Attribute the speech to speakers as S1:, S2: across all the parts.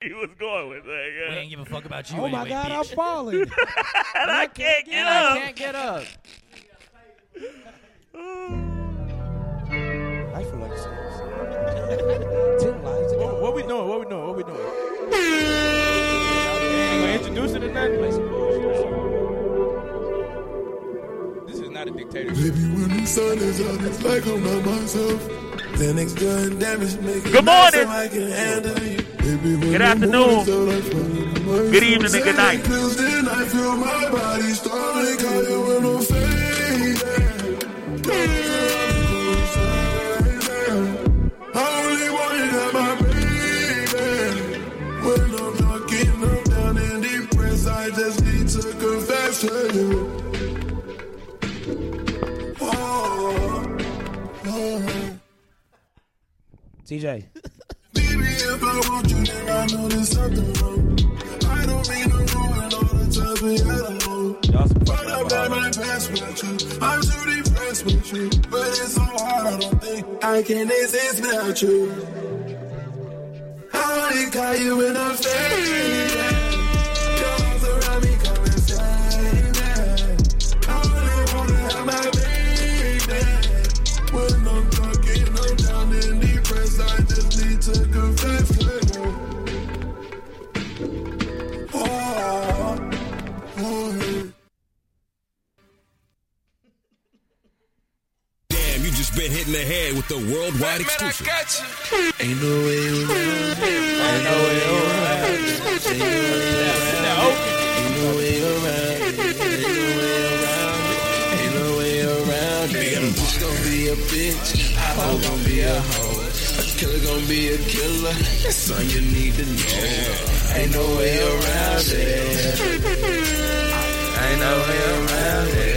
S1: give a fuck about you.
S2: Oh my
S1: anyway,
S2: God, I'm
S1: bitch.
S2: falling. and
S3: and I can't get
S2: I
S3: up.
S2: can't get up. I feel like sex. Ten lives.
S4: What, what we doing? What we doing? What we doing? Anyway, introduce it or nothing. This is not a dictatorship.
S5: Baby, when the sun is up, it's like I'm by myself. Then it's done damage making
S3: Good
S5: nice
S3: morning.
S5: So I can handle you. Baby, when
S3: Good
S5: the
S3: afternoon.
S5: morning's all I fucking want.
S3: Good evening and good night.
S5: Feels then I feel my body starting calling when I'm fading. I only want you to my baby. When I'm drunk and I'm down and depressed, I just need to confess to you. Oh, oh.
S2: TJ.
S5: Baby, if I want you, then I know there's something wrong. I don't mean to ruin all the times we had alone.
S4: Y'all some
S5: But
S4: fucking
S5: I'm not
S4: alcoholics.
S5: my past with you. I'm too depressed with you. But it's so hard, I don't think I can exist without you. I only call you when I'm fading. Your arms around me, come and save me. I only wanna have my baby. When I'm drunk and I'm down and depressed, I just need to confess to you. Oh, oh.
S6: Damn, you just been hitting the head with the worldwide exclusive.
S5: Ain't no way you
S4: Ain't no way around. Now open.
S5: Ain't no way around it. Ain't no way around it. Ain't no way around it. Bitch gon' be a bitch. A hoe gon' be a hoe. A killer gon' be a killer. That's something you need to know. Ain't no way around it. Ain't no way around it.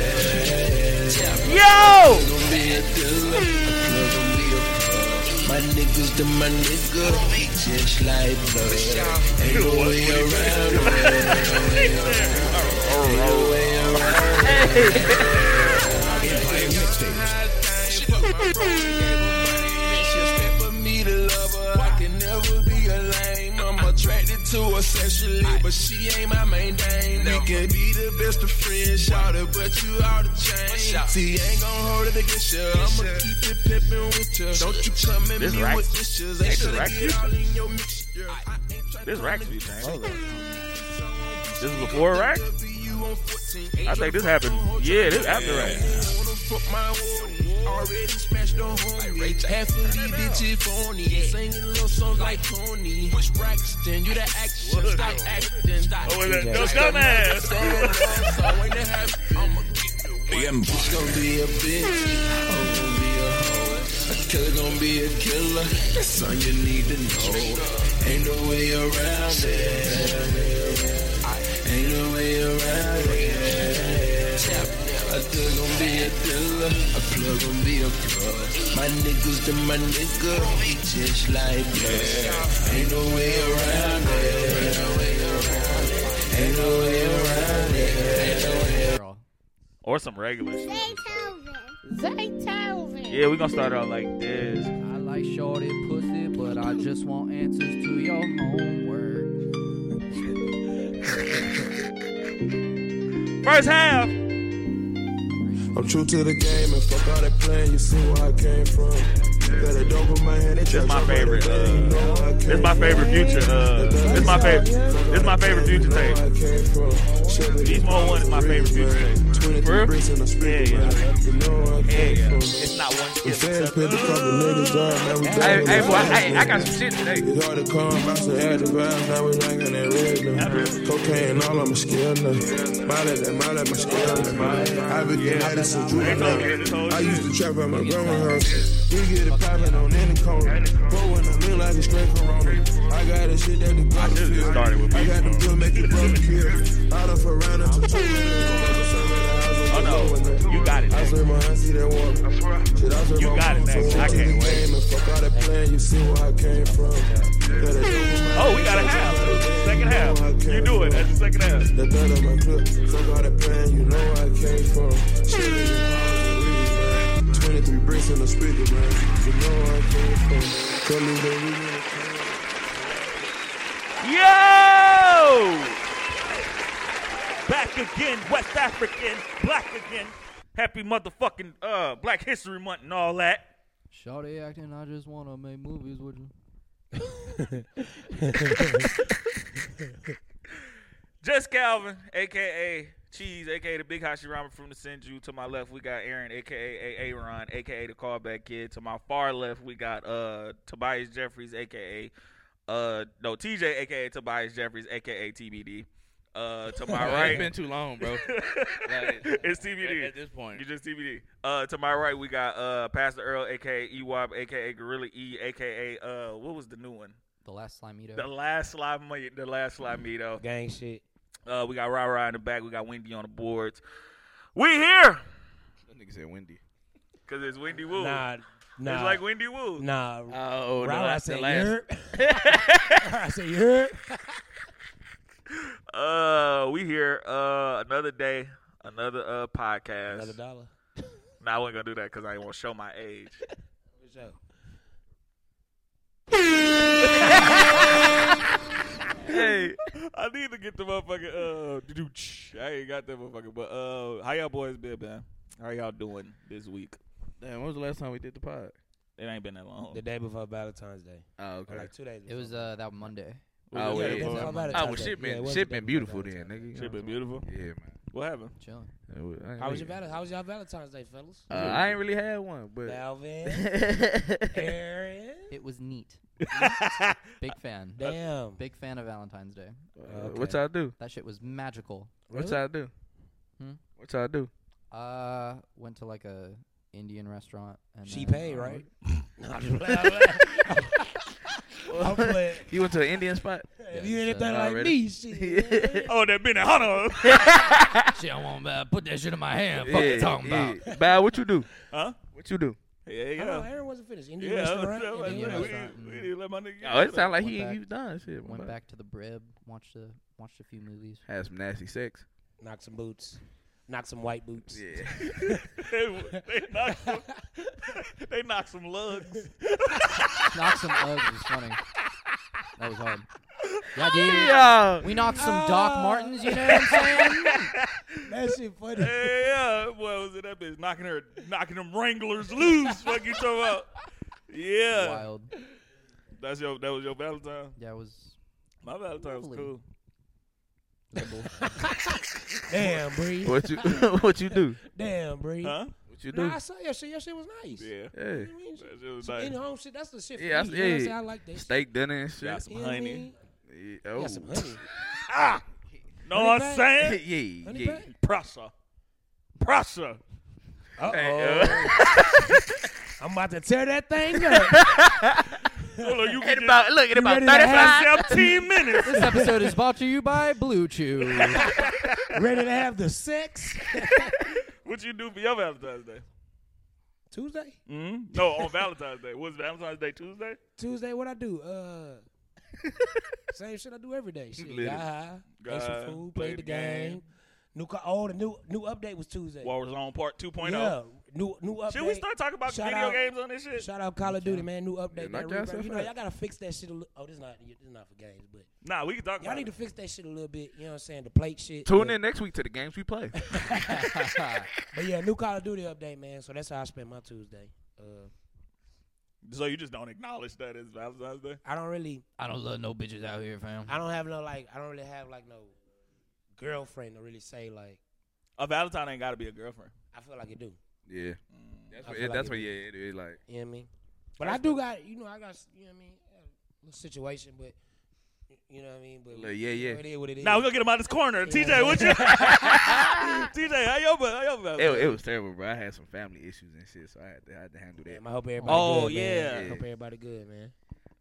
S3: Yo!
S5: Gon' be a killer. A killer gon' be a killer. My niggas to my nigga, we just like blood. Ain't no way around it. Ain't no way around it.
S6: Empire mixtapes.
S5: She fuck my bro, we gave her money. And she spent for me to love her. I can never be a lame. I'm attracted to her sexually, but she ain't my main dame. We can be the best of friends, shout it, but you out of change. See, ain't gon' hold it against you. I'ma keep it pimpin' with you. Don't you come at
S3: This
S5: me
S3: Rax-
S5: with issues. They
S3: this
S5: should
S3: Rax-
S5: get all in your mixture. I ain't tryna
S3: This Rax beat, man.
S4: Hold on.
S3: This is before Rax?
S5: be you on 14. Ain't
S3: I think this happened. Yeah, this after Rax.
S5: Wanna fuck my horny. Already smashed the homie. Half of these bitches phony. Singing little songs like Tony. Push Braxton, you the action. Stop acting. Stop
S3: Oh,
S5: acting.
S3: is that- Yo, dumbass.
S5: So I ain't half. I'ma get the
S6: The Empire.
S5: Bitch gon' be a bitch. Hoe gon' be a hoe. A killer gon' be a killer. That's something you need to know. Ain't no way around it. Ain't no way around it. A thug gon' be a killer. A plug gon' be a plug. My niggas to my nigga. We just like blood. Ain't no way around it. Ain't no way around it.
S1: Girl.
S3: Or some regular shit.
S7: Beethoven. Beethoven.
S3: Yeah, we're gonna start out like this.
S1: I like shorty pussy, but I just want answers to your homework.
S3: First half.
S5: I'm true to the game and fuck all that playing. You see where I came from. Got a dope in my hand. This
S3: is my favorite, uh, This my favorite future. Uh, this my favorite. This my favorite future tape. Beast Mode One is my favorite future tape. For real? Yeah, yeah. Yeah, yeah. It's not one skip.
S5: Fans
S3: it's
S5: paid the
S3: a-
S5: couple niggas off, now we
S3: Hey,
S5: back in
S3: hey,
S5: the
S3: boy,
S5: fight.
S3: hey, I got some shit today.
S5: It's hard to come, I still had the vibes, now we like on that red now. Cocaine all on my skin now. Molly that, molly my skin now. I became yeah, Madison
S3: They told me this whole
S5: juvenile. I
S3: shit.
S5: used to trap at my grandma's house. We get it poppin' on any corner. But when I look like a straight corona, I got the shit that the brother
S3: should've just
S5: feel.
S3: started with
S5: I
S3: beef
S5: got the
S3: mode.
S5: pill, make the brother feel. Out of Ferrana to Toledo.
S3: Oh no, you got it.
S5: I
S3: Nick.
S5: serve my auntie that want me. Shit, I serve
S3: You
S5: my
S3: got it,
S5: mama,
S3: Max.
S5: so
S3: I
S5: I'm
S3: can't
S5: in the
S3: wait.
S5: game and fuck all that playing, you see where I came from. Got a dope in my
S3: Oh, we got a half. Second half. You do it. That's the second half.
S5: the third of my clip, fuck all that plan, you know where I came from. Shit in the house and leave, man. 23 bricks in the speaker, man. You know where I came from. Tell me that we
S3: Yo! black again, West African, black again. Happy motherfucking uh, Black History Month and all that.
S8: Shawty acting, I just wanna make movies with you.
S3: Just Calvin, aka Cheese, aka the Big Hashirama from the Senju. To my left, we got Aaron, aka Aaron, aka the Callback Kid. To my far left, we got uh Tobias Jeffries, aka uh no TJ, aka Tobias Jeffries, aka TBD. Uh, to my
S9: Bro, It's
S3: right,
S9: been too long, bro.
S3: It's TBD.
S9: At, at this point.
S3: You just TBD. Uh, to my right, we got uh Pastor Earl, aka Ewab, aka Gorilla E, aka uh what was the new one?
S8: The last slime eater.
S3: The last slide, Mi- the last slide Mito.
S1: Gang shit.
S3: Uh, we got Ra Ra in the back. We got Wendy on the boards. We here
S9: That nigga said Wendy.
S3: because it's Wendy Woo.
S1: Nah, nah.
S3: It's like Wendy Woo.
S1: Nah.
S9: Oh,
S1: Rah, I said, you heard? I said, you heard?
S3: Uh, we here. Uh, another day, another uh podcast.
S1: Another dollar.
S3: nah, I wasn't gonna do that because I ain't want to show my age. hey, I need to get the motherfucking uh. doo-doo-tsh. I ain't got that motherfucker, but uh, how y'all boys been, man? How y'all doing this week?
S9: Damn, when was the last time we did the pod?
S3: It ain't been that long.
S1: The day before Valentine's Day.
S9: Oh,
S1: Or like two days before.
S8: It was uh that Monday.
S9: Oh,
S1: Yeah,
S9: yeah.
S1: the day
S9: yeah.
S1: before
S9: Oh,
S1: Valentine's
S9: well,
S1: Day.
S9: shit
S1: Yeah, it
S9: been,
S1: was
S9: shit
S1: the day
S9: been
S1: before
S9: beautiful then,
S1: Valentine's Day.
S9: nigga. You know
S3: Shit been
S9: what I'm
S3: beautiful.
S9: talking about?
S3: What happened?
S8: Chilling.
S9: Yeah, man. I ain't
S1: How was your
S9: really-
S1: Valentine's? How was y'all Valentine's Day, fellas?
S9: Uh, I ain't really had one, but Uh,
S1: Valvin, Aaron.
S8: It was neat. Big fan.
S1: Damn.
S8: Big fan of Valentine's Day.
S9: Uh,
S1: Okay.
S9: what y'all do?
S8: That shit was magical.
S9: What
S1: Really?
S9: y'all do?
S8: Hmm?
S9: What y'all do?
S8: Uh, went to like a Indian restaurant. And
S1: She
S8: then,
S1: paid,
S8: uh,
S1: right? No, I'm just playing. I'm playing. I'm playing.
S9: You went to an Indian spot?
S1: If you anything
S8: so-
S1: like
S9: Already.
S1: me, shit.
S3: Oh, that been a hunter.
S8: Shit, I want to put that shit in my hand.
S9: yeah, yeah. Bow, what you do?
S3: Huh?
S9: What you do?
S3: Yeah,
S1: I know
S3: yeah.
S1: Aaron wasn't finished. Indian
S3: Yeah, I was-
S1: restaurant.
S3: I was-
S1: Indian
S8: yeah,
S3: we-
S1: restaurant.
S8: restaurant.
S3: we didn't let my nigga get
S9: Oh, it sounded like
S8: Went
S9: he,
S8: back.
S9: he was done. Shit,
S8: Went
S9: my bad.
S8: back to the Brib. Watched a watched a few movies.
S9: Had some nasty sex.
S1: Knock some boots. Knock some white boots.
S3: they, they knocked some, they knocked some lugs.
S8: knocked some Uggs. was funny. That was hard. Yeah, dude.
S9: Yeah.
S8: We knocked some Doc Martens. You know what I'm saying?
S1: That shit funny.
S3: Hey, yeah, boy, was it that bitch knocking her, knocking them Wranglers loose? Fuck you talking about? Yeah,
S8: Wild.
S3: that's your, that was your Valentine.
S8: Yeah, it was.
S3: My Valentine was
S8: Lovely.
S3: cool.
S1: Damn, Bree.
S9: What you What you do?
S1: Damn, Bree.
S3: Huh?
S9: What you do?
S1: Nah, I saw your shit. Your shit was nice.
S3: Yeah,
S9: Yeah.
S1: You know what I mean?
S3: that shit was
S1: Some
S3: nice.
S1: In-home shit. That's the shit for
S9: Yeah, I-
S1: me. You know what I'm
S9: yeah.
S1: saying? I like that shit.
S9: Steak dinner and shit.
S3: Got some
S1: You know what I
S3: honey.
S1: mean?
S9: Yeah,
S1: You
S9: oh.
S1: Got some honey.
S3: Know what I'm
S1: back.
S3: saying?
S9: yeah,
S1: Honey
S9: yeah.
S1: back?
S3: Prussia, Prussia.
S1: Uh-oh. I'm about to tear that thing up.
S3: Hold on, you
S9: It
S3: can
S9: about look, it about
S1: ready to have-
S9: thirty-five.
S3: 17 minutes.
S8: This episode is brought to you by Blue Chew.
S1: Ready to have the sex?
S3: What you do for your Valentine's Day?
S1: Tuesday?
S3: Mm-hmm. No, on Valentine's Day. Was Valentine's Day Tuesday?
S1: Tuesday, what I do? Uh, same shit I do every day. Shit,
S9: Literally.
S1: got high, ate some
S3: God,
S1: food,
S3: played
S1: played the
S3: the game.
S1: game. New, co- oh, the new new update was Tuesday.
S3: Warzone Part 2.0.
S1: yeah, new new update.
S3: Should we start talking about
S1: Shout
S3: video
S1: out-
S3: games on this shit?
S1: Shout out Call of Duty, man. New update.
S9: knock
S1: that
S9: your ass
S1: rebrand.
S9: out
S1: you know,
S9: fast.
S1: y'all gotta fix that shit. A li- oh, this not this not for games, but
S3: Nah, we can talk
S1: y'all
S3: about
S1: need to
S3: it.
S1: fix that shit a little bit. You know what I'm saying? The plate shit.
S9: Tune
S1: but,
S9: in next week to the games we play.
S1: But yeah, new Call of Duty update, man. So that's how I spent my Tuesday. Uh,
S3: So you just don't acknowledge that it's Valentine's Day?
S1: I don't really.
S8: I don't love no bitches out here, fam.
S1: I don't have no like. I don't really have like no girlfriend to really say like.
S3: A Valentine ain't got to be a girlfriend. Mm.
S1: I feel like it do.
S9: yeah, that's
S1: I
S9: what.
S1: feel like
S9: that's
S1: it
S9: what.
S1: is.
S9: Yeah, it is like.
S1: You know what I mean? But I do got, you know, I got, you know what I mean? A little situation, but, you know what I mean? But
S9: Look, yeah, yeah.
S1: It is what it is.
S3: Now we're going to get him out of this corner. TJ, what you? TJ, how your, how your
S9: It,
S3: Valentine?
S9: it was terrible, bro. I had some family issues and shit, so I had to, I had to handle that.
S1: Damn, I hope everybody
S3: Oh,
S1: good, man.
S9: yeah.
S1: I hope everybody good, man.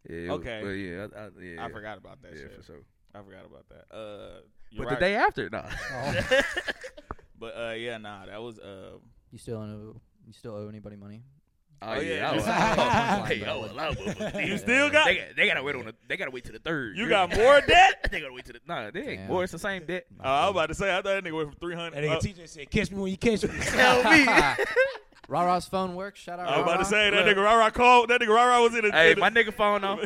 S9: Yeah, it was-
S3: Okay.
S9: but yeah, I, I, yeah,
S3: I forgot about that
S9: Yeah,
S3: shit.
S9: for sure.
S3: I forgot about that. Uh,
S9: But
S3: you're
S9: the
S3: right.
S9: day after, nah.
S1: Oh.
S3: But uh, yeah, nah, that was. Uh,
S8: You still owe you still owe anybody money?
S9: Oh,
S3: Oh, yeah,
S9: yeah, I
S3: you
S9: was-
S3: said-
S9: oh, hey, I was loud, but- but
S3: you
S9: you-
S3: still got.
S9: They got- they gotta wait on the. They gotta wait till the third.
S3: You got more debt?
S9: They gotta wait till the. Nah, they ain't
S8: Damn.
S9: more. It's the same debt.
S3: Uh, I was about to say, I thought that nigga went from 300.
S1: And nigga
S3: up.
S1: TJ said, catch me when you catch me.
S9: uh, Tell me.
S8: Rara's phone works. Shout out.
S1: Uh-huh.
S3: I was about
S8: Rara.
S3: to say, that nigga Rara called. That nigga Rara was in a.
S9: hey,
S3: in a-
S9: my nigga phone off.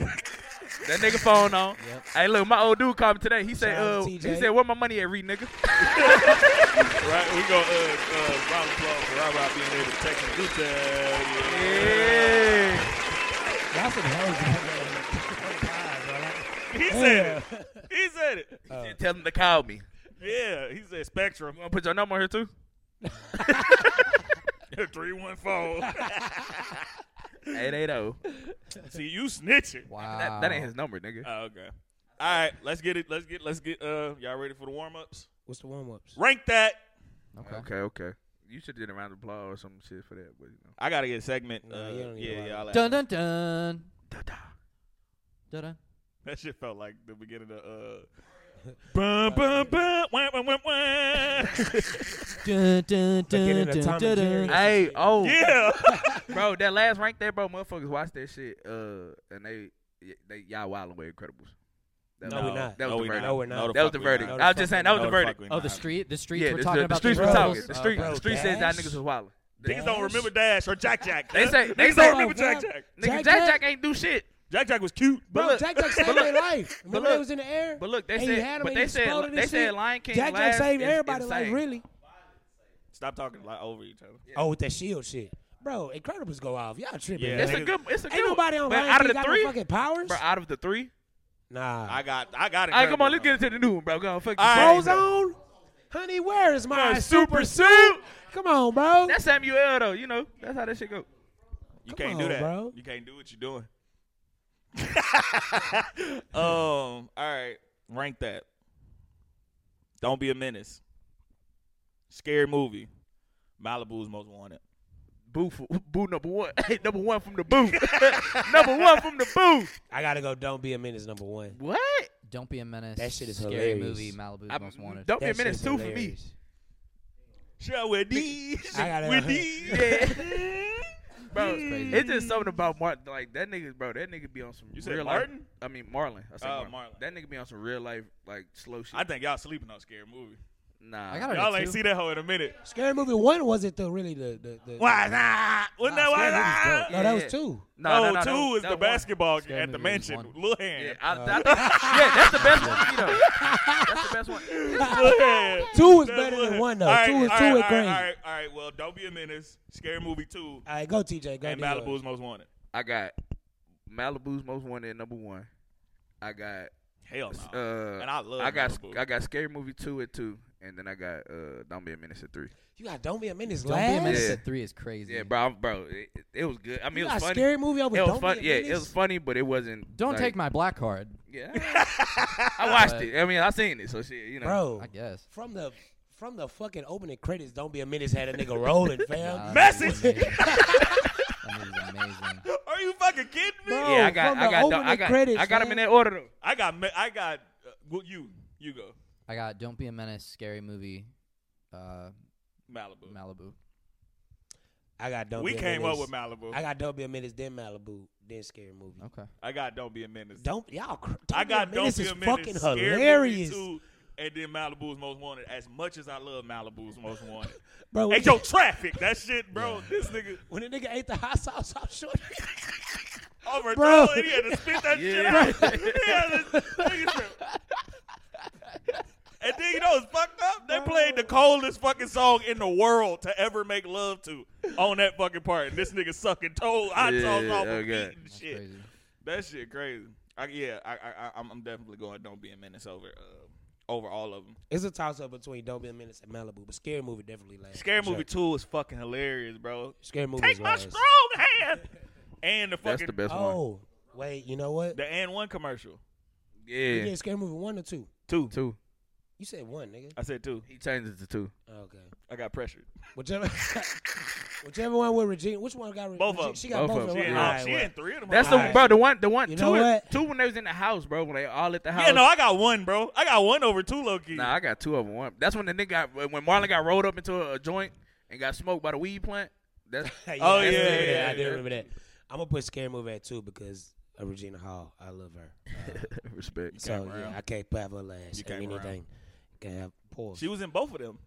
S10: That nigga phone on.
S1: Yep.
S10: Hey, look, my old dude called me today. He said,
S1: Shout out
S10: uh,
S1: to
S10: he
S1: TJ.
S10: said, where my money at, Reed nigga?
S3: Right, we gonna uh, uh, round applause for Rob Rob being able to text and do that.
S10: Yeah.
S1: Y'all some hoes.
S3: He said it. He said it.
S1: Uh.
S10: Just Tell him to call me.
S3: Yeah, he said Spectrum
S10: You want to put your number on here, too?
S3: three one four.
S1: oh.
S10: 880.
S3: See you snitching.
S8: Wow.
S10: That, that ain't his number, nigga.
S3: Oh, okay. All right, let's get it. Let's get. Let's get. Uh, y'all ready for the warm ups?
S1: What's the warm ups?
S3: Rank that.
S1: Uh.
S8: Okay.
S9: Okay, okay. You should did a round of applause or some shit for that, but you know.
S3: I gotta get a segment.
S1: No,
S3: uh,
S1: you don't need to
S3: yeah,
S1: lie.
S3: yeah. I'll add
S8: Dun
S3: that.
S8: dun dun. Dun dun.
S3: That shit felt like the beginning of. Uh, bum, bum, bum, wah, wah, wah, wah.
S8: Dun dun
S1: it
S8: dun
S1: in a Tom
S8: dun
S1: and
S8: dun.
S1: Jerry.
S8: dun.
S9: Hey, oh,
S3: yeah.
S9: bro, that last rank there, bro, motherfuckers watch that shit, uh, and they, y- they y'all wildin' with Incredibles. That
S1: No,
S9: was-
S1: we not.
S9: That was
S3: no,
S9: the
S3: we
S9: verdict.
S3: not.
S1: No, we're not.
S3: the
S9: That was
S3: fuck
S9: the
S3: we
S9: verdict.
S3: not.
S1: No,
S9: I was just saying that was
S3: No,
S9: the
S3: fuck
S9: verdict.
S3: we
S8: Oh, the
S3: not.
S8: street. The streets
S9: Yeah,
S8: were
S9: the,
S8: talking
S9: the, the
S8: about
S9: streets
S8: the
S9: was talking.
S8: rebels.
S9: The
S8: Oh,
S9: street,
S8: bro.
S9: the streets said y'all
S1: Dash.
S9: niggas was wildin'.
S3: Niggas don't
S1: Dash.
S3: remember Dash or Jack Jack.
S9: They
S3: huh?
S9: say, they
S3: niggas don't
S9: say, Oh,
S3: remember Jack Jack.
S9: nigga,
S1: Jack
S9: Jack
S1: Jack?
S9: Jack ain't do shit.
S3: Jack Jack was cute.
S9: But
S1: Bro,
S9: look-
S1: Jack Jack saved
S9: but
S1: their
S9: look-
S1: life. Remember
S9: look-
S1: they was in the air?
S9: But look, they
S1: And he
S9: said,
S1: had 'em
S9: but
S1: and
S9: they
S1: he
S9: said,
S1: exploded and
S9: they said
S1: shit.
S9: Lion King
S1: Jack Jack
S9: last
S1: saved
S9: is
S1: everybody
S9: insane.
S1: life, really.
S3: Stop talking like over each other.
S1: Oh, with that shield shit. Bro, Incredibles go off. Y'all tripping.
S3: Yeah.
S1: man.
S9: It's a
S3: Niggas-
S9: good, it's a good.
S1: Ain't nobody on
S9: but
S1: Lion
S9: out
S1: King
S9: of the
S1: got
S9: three,
S1: no fucking powers.
S9: bro, out of the three.
S1: nah.
S3: I got. I got it.
S9: All right, come on, let's get into the new one, bro. Go on, fuck
S3: All
S9: this.
S3: right.
S1: Ozone? Honey, where is my
S3: My
S1: super
S3: super
S1: suit? Come on, bro.
S9: That's Samuel though, you know. That's how that shit go.
S3: You
S1: Come
S3: can't
S1: on,
S3: do that.
S1: bro.
S3: You can't do what you're doing. um. All right. Rank that. Don't be a menace. Scary movie. Malibu's most wanted.
S9: Boo, for, boo number one. Hey, number one from the boo. number one from the boo.
S1: I gotta go. Don't be a menace. Number one.
S9: What?
S8: Uh, Don't be a menace.
S1: That shit is
S8: Scary
S1: hilarious.
S8: movie. Malibu's
S9: I,
S8: most wanted.
S9: don't be a
S1: That
S9: minute
S1: shit's
S9: two for me.
S1: hilarious.
S3: Shall we these?
S1: I gotta-
S3: With these?
S9: Bro,
S8: That's crazy.
S9: it's just something about Martin. Like that nigga, bro. That nigga be on some.
S3: You said
S9: real Life,
S3: Martin?
S9: I mean Marlon. I said
S3: Oh,
S9: Marlon.
S3: Marlon.
S9: That nigga be on some real life, like slow shit.
S3: I think y'all sleeping on scary movie.
S9: nah.
S8: I got it
S3: Y'all ain't
S8: too.
S3: see that hoe in a minute.
S1: Scary movie one was it though? Really the the. the
S3: Why not? Wasn't that why
S1: Scary Movie's dope.
S3: not?
S1: No, that was
S9: Yeah.
S1: two.
S9: Nah,
S3: no,
S9: nah, nah,
S3: two
S9: that was-
S3: is
S9: that
S3: the
S9: was one.
S3: basketball
S8: Scary
S3: at the
S8: movie was
S3: mansion.
S8: one.
S3: Little
S9: Yeah,
S3: hand.
S9: I,
S1: Uh,
S9: I think, yeah, that's the best one. You know, that's the best one.
S3: Little hand.
S1: Two is
S3: That's
S1: better
S3: little
S1: than
S3: hand.
S1: one though.
S3: All right,
S1: two is
S3: all right,
S1: two and
S3: all right,
S1: crazy.
S3: All right, all right. Well, don't be a menace. Scary movie two
S1: All right, go TJ. Go
S3: and
S1: do yours.
S3: Malibu's most wanted.
S9: I got Malibu's most wanted number one. I got
S3: Hell no.
S9: uh,
S3: and I love.
S9: I got
S3: Malibu.
S9: I got scary movie two at two, and then I got uh, don't be a menace at three.
S1: You got Don't Be a Menace.
S8: Don't
S1: last?
S8: be a menace
S9: Yeah.
S8: at three is crazy.
S9: Yeah, bro, I'm- bro, it, it- it was good. I mean,
S1: You
S9: it was
S1: got
S9: funny.
S1: Scary Movie over
S9: it was
S1: Don't
S9: fun.
S1: Be
S9: Yeah,
S1: a
S9: it
S1: Menace.
S9: was funny, but it wasn't.
S8: Don't
S9: like-
S8: take my black card.
S9: Yeah, I watched
S8: But-
S9: it. I mean, I seen it, so shit, you know.
S1: Bro,
S8: I guess.
S1: from the from the fucking opening credits, Don't Be a Menace had a nigga rolling,
S8: Nah,
S1: fam.
S8: that
S3: Message.
S8: movie was amazing. That movie was amazing.
S3: Are you fucking kidding me?
S1: Bro.
S9: yeah, I got,
S1: from
S9: I
S1: the
S9: got,
S1: opening
S9: I got,
S1: credits,
S9: I got them
S1: man.
S9: in that order. Though.
S3: I got. Me- I got. Uh, well, you. You go.
S8: I got Don't Be a Menace, Scary Movie, uh,
S3: Malibu.
S8: Malibu.
S1: I got Don't
S3: we
S1: Be a
S3: came
S1: Menace.
S3: up with Malibu.
S1: I
S3: I,
S1: got Don't Be a Menace, then Malibu, then Scary Movie.
S8: Okay.
S3: got. Don't be a menace.
S1: Don't y'all. Cr-
S3: I got.
S1: Don't
S3: don't
S1: Be
S3: be
S1: a
S3: a
S1: Menace is
S3: menace.
S1: fucking
S3: Scary Movie
S1: hilarious,
S3: two, and then Malibu's most wanted. As much as I love Malibu's most wanted,
S1: bro.
S3: hey yo, traffic. That shit, bro. This nigga
S1: When the nigga ate the hot sauce, I'm sure.
S3: over
S1: Bro.
S3: and he had to spit that shit
S9: Yeah.
S3: out. He had to- nigga said- and then you know it's fucked up. They played the coldest fucking song in the world to ever make love to on that fucking part. And this nigga sucking toe hot
S9: Yeah,
S3: sauce off
S9: oh,
S3: of
S9: God.
S3: feet and
S8: That's
S3: shit.
S8: crazy.
S3: That shit crazy. I, yeah, I, I, I, I'm- I'm definitely going. Don't be a menace over, uh, over all of them.
S1: it's a toss up between Don't Be a Menace and Malibu, but Scary Movie definitely last.
S3: Scary
S1: Sure.
S3: Movie Two is fucking hilarious, bro.
S1: Scary Movie.
S3: Take my
S1: last.
S3: strong hand and the
S9: That's
S3: fucking
S9: the
S3: the,
S9: best one.
S1: Oh wait, you know what?
S3: and one commercial.
S1: You
S9: Yeah,
S1: did Scary Movie one or two?
S3: Two.
S9: two.
S1: You said one, nigga.
S3: I said two.
S9: He changed it to two.
S1: Okay.
S3: I got pressured.
S1: Whichever, whichever one with Regina. Which one got Re-
S3: Both of
S1: Regina?
S3: them.
S1: She got both,
S9: Both
S1: of
S9: of
S1: them.
S3: She
S9: them.
S3: in,
S1: right?
S3: all-
S1: Alright,
S3: she
S1: well.
S3: in three of them.
S9: That's the
S1: Alright.
S9: bro, the one, the one,
S1: You
S9: two,
S1: know
S9: is-
S1: what?
S9: two when they was in the house, bro. When they all at the house.
S3: Yeah, no, I got one, bro. I got one over two low key.
S9: Nah, I got two of them. One, that's when the nigga got, when Marlon got rolled up into a joint and got smoked by the weed plant. That's
S3: Oh,
S1: I do
S3: yeah,
S1: remember
S3: yeah,
S1: that. I
S3: yeah.
S1: do remember that. I'm gonna put Scary Movie at two because of Regina Hall. I love her. Uh,
S9: respect.
S1: so yeah, I can't have her last
S3: You
S1: at
S3: came around.
S1: anything. Can't have pause.
S3: She was in both of them.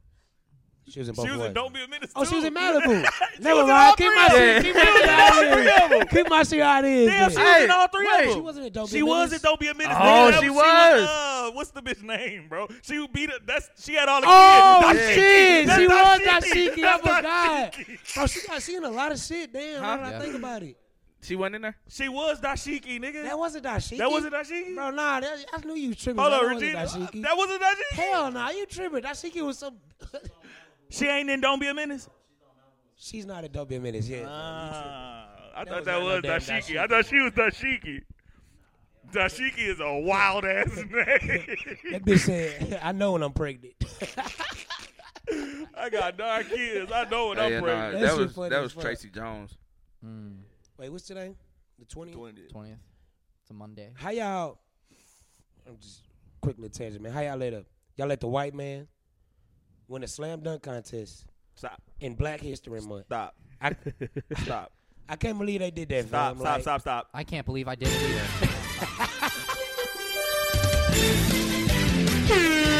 S1: She was in both
S3: She was
S1: ways.
S3: in Don't Be a Menace.
S1: Oh, she was
S3: too.
S1: in Malibu.
S3: was
S1: Never
S3: in
S1: mind.
S3: all
S1: Keep
S3: three
S1: my
S3: of
S1: shit.
S3: them.
S1: Keep my shit out of
S3: All three
S1: here.
S3: of them.
S1: Keep my shit out of here.
S3: Damn, she
S1: bitch.
S3: was in all three
S1: Wait,
S3: of
S1: she
S3: them.
S1: wasn't in Dope.
S3: She was in Don't Be a Menace.
S9: Oh,
S3: nigga. That
S9: she was.
S3: Uh, what's the bitch name, bro? She beat up. That's she had all the
S1: Oh
S3: kids.
S1: shit,
S3: That's
S1: she was
S3: not
S1: that
S3: Shiki.
S1: Shiki. I
S3: That's not
S1: forgot.
S3: Shiki.
S1: Bro, she got seen a lot of shit. Damn,
S9: Huh?
S1: now that I
S8: Yeah.
S1: think about it.
S9: She wasn't in there.
S3: She was Dashiki, nigga.
S1: That wasn't that Shiki.
S3: That wasn't Dashiki.
S1: Bro, nah, that, I knew you tripping.
S3: Hold
S1: That
S3: on,
S1: wasn't
S3: Regina.
S1: Dashiki.
S3: That wasn't Dashiki.
S1: Hell nah, you tripping. That Shiki was some.
S3: She ain't in Don't Be a Menace.
S1: She's not a W minutes yet.
S3: Ah, I
S1: was
S3: thought that
S1: not
S3: was
S1: no damn
S3: Dashiki.
S1: dashiki.
S3: I thought she was Dashiki. Dashiki is a wild ass name.
S1: that bitch said, "I know when I'm pregnant."
S3: I got dark kids. I know what
S9: Hey,
S3: I'm
S9: nah,
S3: pregnant.
S1: That
S9: that
S1: shit
S9: was
S1: funny
S9: that
S1: as
S9: was
S1: fuck.
S9: Tracy Jones.
S1: Wait, what's today? The twentieth.
S8: 20th. It's a Monday.
S1: How y'all? I'm just quick little tangent, man. How y'all let up? Y'all let the white man win a slam dunk contest
S3: Stop.
S1: in Black History Month.
S3: Stop.
S1: I,
S3: Stop.
S1: I can't believe they did that.
S3: Stop.
S1: fam.
S3: Stop.
S1: Like,
S3: Stop. Stop.
S8: I can't believe I did it either.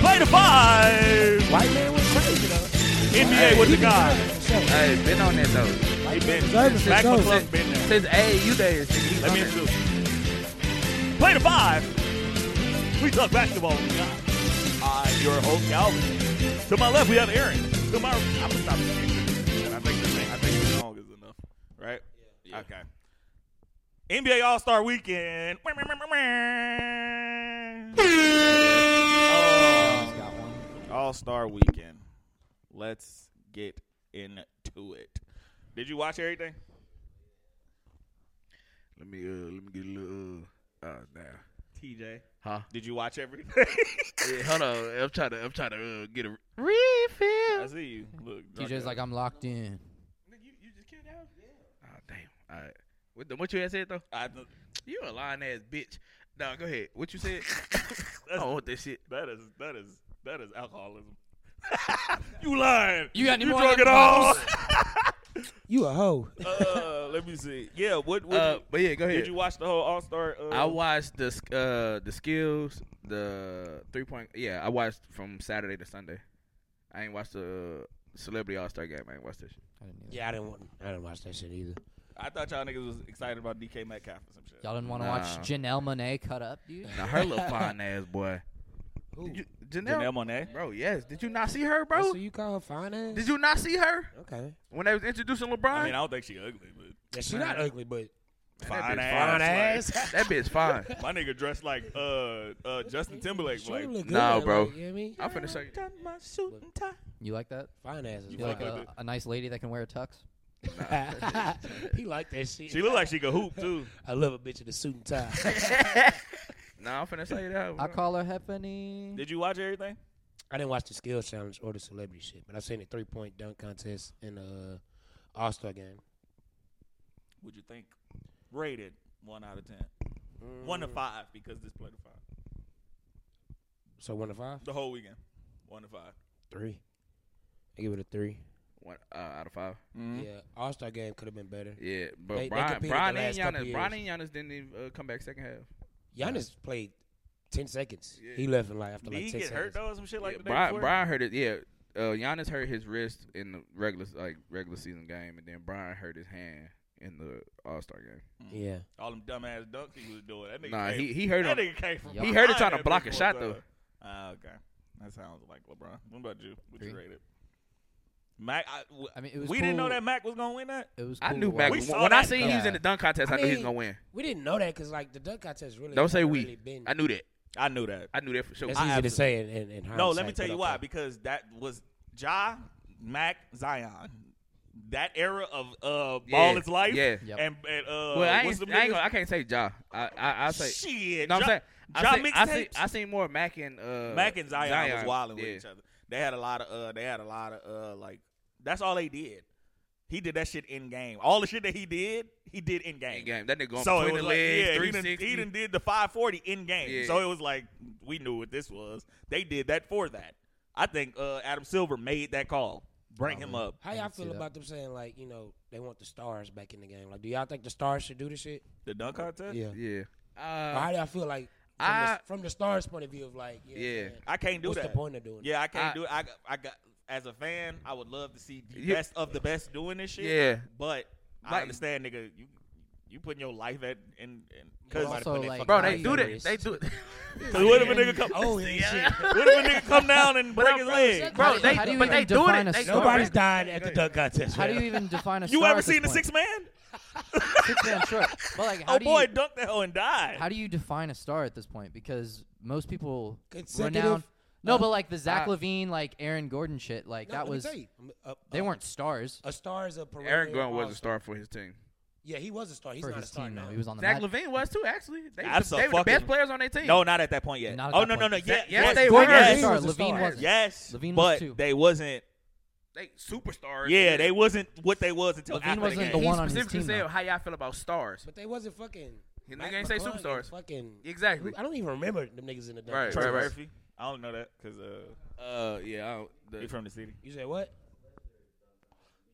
S3: Play the five.
S1: White man went crazy though.
S3: NBA with the guy.
S1: guy.
S9: Hey, been on that though.
S3: He been
S1: Services,
S3: Mac
S1: services.
S3: McClung been there.
S9: Since AAU days, nigga, he's
S3: Let
S9: on
S3: me
S9: that.
S3: introduce. you. Play the five. We talk basketball. with God. I'm your host, Calvin. To my left, we have Aaron. To my, I'm gonna stop. this shit. And I think the name, I think the song is enough, right? Okay. NBA All Star Weekend. All Star Uh, Weekend. Let's get into it. Did you watch everything?
S9: Let me uh, let me get a little. Uh, uh, now.
S3: TJ.
S9: Huh?
S3: Did you watch everything?
S9: Yeah, hold on. I'm trying to. I'm trying to uh, get a refill.
S3: I see you. Look,
S8: TJ's like, I'm locked in.
S3: you, you just killed out. Yeah.
S9: Oh, damn. All right. What, the, what you had said though?
S3: I, th-
S9: You a lying ass bitch. Nah, go ahead. What you said? I
S3: that's,
S9: don't want that shit.
S3: that is that is that is alcoholism. you lying.
S8: You got any
S3: you
S8: more
S3: drunk at all?
S8: alcohol?
S1: You a hoe?
S3: uh, let me see. Yeah. What? what
S9: Uh,
S3: you-
S9: but yeah, go ahead.
S3: did you watch the whole All Star? Uh,
S9: I watched the sk- uh the skills, the three point. Yeah, I watched from Saturday to Sunday. I ain't watched the uh, celebrity all star game. I ain't watched this. Shit.
S8: I didn't either.
S1: Yeah, I didn't want. I didn't watch that shit either.
S3: I thought y'all niggas was excited about DK Metcalf or some shit.
S8: Y'all didn't want to
S9: Nah.
S8: watch Janelle Monet cut up, dude?
S9: Now her little fine ass boy. Did you, Janelle,
S3: Janelle Monae.
S9: bro. Yes. Did you not see her, bro?
S1: So you call her fine ass?
S9: Did you not see her
S1: okay.
S9: when they was introducing LeBron?
S3: I mean, I don't think she ugly, but
S1: Yeah, she's not ugly, but
S9: that
S3: fine
S9: bitch
S3: ass.
S1: fine
S3: like-
S1: ass.
S9: that bitch fine.
S3: My nigga dressed like uh uh Justin Timberlake.
S1: she
S3: Like,
S1: look good.
S9: nah,
S1: like,
S9: bro.
S1: you know what I mean?
S9: I'm finna show you.
S3: Got my suit and tie.
S8: You like that?
S1: Fine ass. Is
S8: You like
S1: fine.
S8: a, a nice lady that can wear a tux?
S1: he like that shit.
S3: She look like she could hoop too.
S1: I love a bitch in a suit and tie.
S9: Nah, I'm finna show you that.
S8: I
S9: bro.
S8: call her Heffany.
S3: Did you watch everything?
S1: I didn't watch the skill challenge or the celebrity shit, but I seen the three point dunk contest in the uh, All Star game.
S3: would you think? Rated one out of ten. One to five because this played a five.
S1: So one to five,
S3: The whole weekend. One to five.
S1: three. I give it a 3
S9: One uh, out of five.
S3: Hmm?
S1: Yeah, All Star game could have been better.
S9: Yeah, but
S1: They- they
S9: Brian,
S1: competed
S9: Brian
S1: the
S9: and
S1: last couple
S9: Giannis,
S1: years.
S9: Brian and Giannis didn't even uh, come back second half.
S1: Giannis played ten seconds. He left in like after
S3: Did
S1: like
S3: he
S1: ten
S3: get hurt
S1: seconds.
S3: though or some shit like
S9: yeah,
S3: that?
S9: Brian, Brian hurt it. Yeah, uh, Giannis hurt his wrist in the regular like regular season game, and then Brian hurt his hand in the All Star game.
S1: yeah,
S3: All them dumbass dunks he was doing. That nigga
S9: Nah,
S3: came,
S9: he he hurt
S3: that
S9: on,
S3: nigga came from
S9: he hurt it
S3: behind
S9: trying to
S3: that
S9: block
S3: bitch
S9: a
S3: one
S9: shot
S3: time.
S9: though.
S3: Ah, okay. That sounds like LeBron. What about you? What you
S8: Three.
S3: rated? Mac I, w-
S8: I mean, it was
S3: we didn't know
S8: cool.
S3: that Mac was gonna win that.
S8: It was. Cool
S9: I knew
S8: to
S9: back
S3: We
S8: watch.
S9: when,
S3: saw
S9: when I
S3: that
S9: seen he was in the dunk contest, I, knew he was
S1: mean,
S9: gonna win.
S1: we didn't know that because like the dunk contest really
S9: Don't say
S1: hadn't
S9: we.
S1: really been.
S9: I knew that.
S3: I knew that.
S9: I knew that for sure.
S1: That's
S3: I
S1: easy to
S3: absolutely-
S1: say in, in, in hindsight.
S3: No, let me tell
S1: but
S3: you
S1: okay.
S3: why. Because that was Ja, Mac, Zion. That era of uh,
S9: Yeah,
S3: ball is life.
S9: yeah.
S8: Yep.
S3: And, and uh,
S9: well, I
S3: what's
S9: ain't,
S3: the
S9: I, ain't gonna,
S3: nigga?
S9: I can't say Ja. I I, I say
S3: Shit.
S9: no. I'm
S3: Ja-
S9: saying
S3: Ja
S9: I see, I see
S3: mixtapes?
S9: I seen more Mac and uh,
S3: Mac and Zion, was wilding with
S9: yeah.
S3: each other. They had a lot of uh, they had a lot of uh, like that's all they did. He did that shit in game. All the shit that he did, he did in game.
S9: In game, that nigga going
S3: So it
S9: between
S3: was
S9: the
S3: like,
S9: legs,
S3: yeah, he
S9: three
S3: done,
S9: sixty.
S3: he done did the 540 in game.
S9: Yeah.
S3: So it was like we knew what this was. They did that for that. I think uh, Adam Silver made that call. Bring him up.
S1: How y'all
S8: can see
S1: feel
S8: that.
S1: about them saying like you know they want the stars back in the game? Like, do y'all think the stars should do this shit?
S3: The dunk contest.
S1: Yeah.
S9: Yeah.
S1: Or
S9: Uh,
S1: how do y'all feel like
S9: I
S1: the, from the star's point of view of like, you know what I'm
S9: Yeah.
S1: saying?
S3: I can't do
S1: What's
S3: that.
S1: the point of doing it?
S3: Yeah, I can't
S9: I-
S3: do it. I, got- I got as a fan, I would love to see the
S9: Yeah.
S3: best of the best doing this shit.
S9: Yeah.
S3: but I
S9: Like-
S3: understand, nigga. You you putting your life at in
S1: But
S3: because
S1: also,
S3: what
S1: like,
S9: bro, they
S1: Like
S9: do that.
S1: memories.
S9: They do.
S3: if a nigga come?
S1: Oh, and shit.
S3: What if a nigga come down and break his leg?
S9: Bro,
S8: How do-
S9: they-
S8: how do you
S9: but they
S8: even
S9: do it.
S8: define a
S9: They-
S8: star?
S1: Nobody's died at the dunk contest.
S8: How do
S1: man.
S8: you even define a star?
S3: You ever
S8: at this
S3: seen the
S8: point?
S3: six man?
S8: Six man sure. But like, how
S3: Oh
S8: do
S3: boy,
S8: you,
S3: dunked that hoe and died.
S8: how do you define a star at this point? Because most people
S1: Consecutive,
S8: renowned. No,
S1: uh,
S8: but like the Zach
S9: I-
S8: Levine, like Aaron Gordon shit, like
S1: No, let
S8: that
S1: me
S8: was
S1: tell you, I'm- a-
S8: they
S1: a-
S8: weren't stars
S1: A star is a perennial
S9: Aaron Gordon was a
S1: all-star.
S9: star for his team.
S1: Yeah, he was a star. He's
S8: for
S1: not a
S8: his
S1: star
S8: team
S1: now.
S8: though. He was on the
S9: Zach
S8: Mag-
S9: Levine was too, actually. They,
S3: That's
S9: was,
S3: a
S9: they were the best
S3: fucking-
S9: players on their team.
S3: No, not at that point yet.
S8: Not at
S3: oh
S8: that
S3: no,
S8: point.
S3: no, no. Yeah,
S9: Yes, they
S8: Gordon
S9: were.
S8: was a
S3: Yes,
S8: star.
S1: was a
S8: Levine
S1: star.
S8: wasn't.
S3: yes,
S8: Levine was
S3: but
S8: too.
S3: they wasn't.
S9: They superstars.
S3: Yeah, they wasn't what they was until
S8: Levine
S3: after
S8: wasn't
S3: the
S8: the
S3: game.
S8: one
S9: he
S8: on his
S9: specifically
S8: team,
S9: said
S8: though.
S9: how y'all feel about stars.
S1: But they wasn't fucking.
S9: His
S1: Mac
S9: nigga ain't say
S1: McClung and
S9: superstars.
S1: Fucking.
S9: Exactly.
S1: I don't even remember them niggas in the dunk.
S9: Right,
S1: contest.
S3: Trey
S9: right, right.
S3: Murphy. I don't know that because uh,
S9: Uh, yeah. I don't, the,
S3: he from the city.
S1: You said what?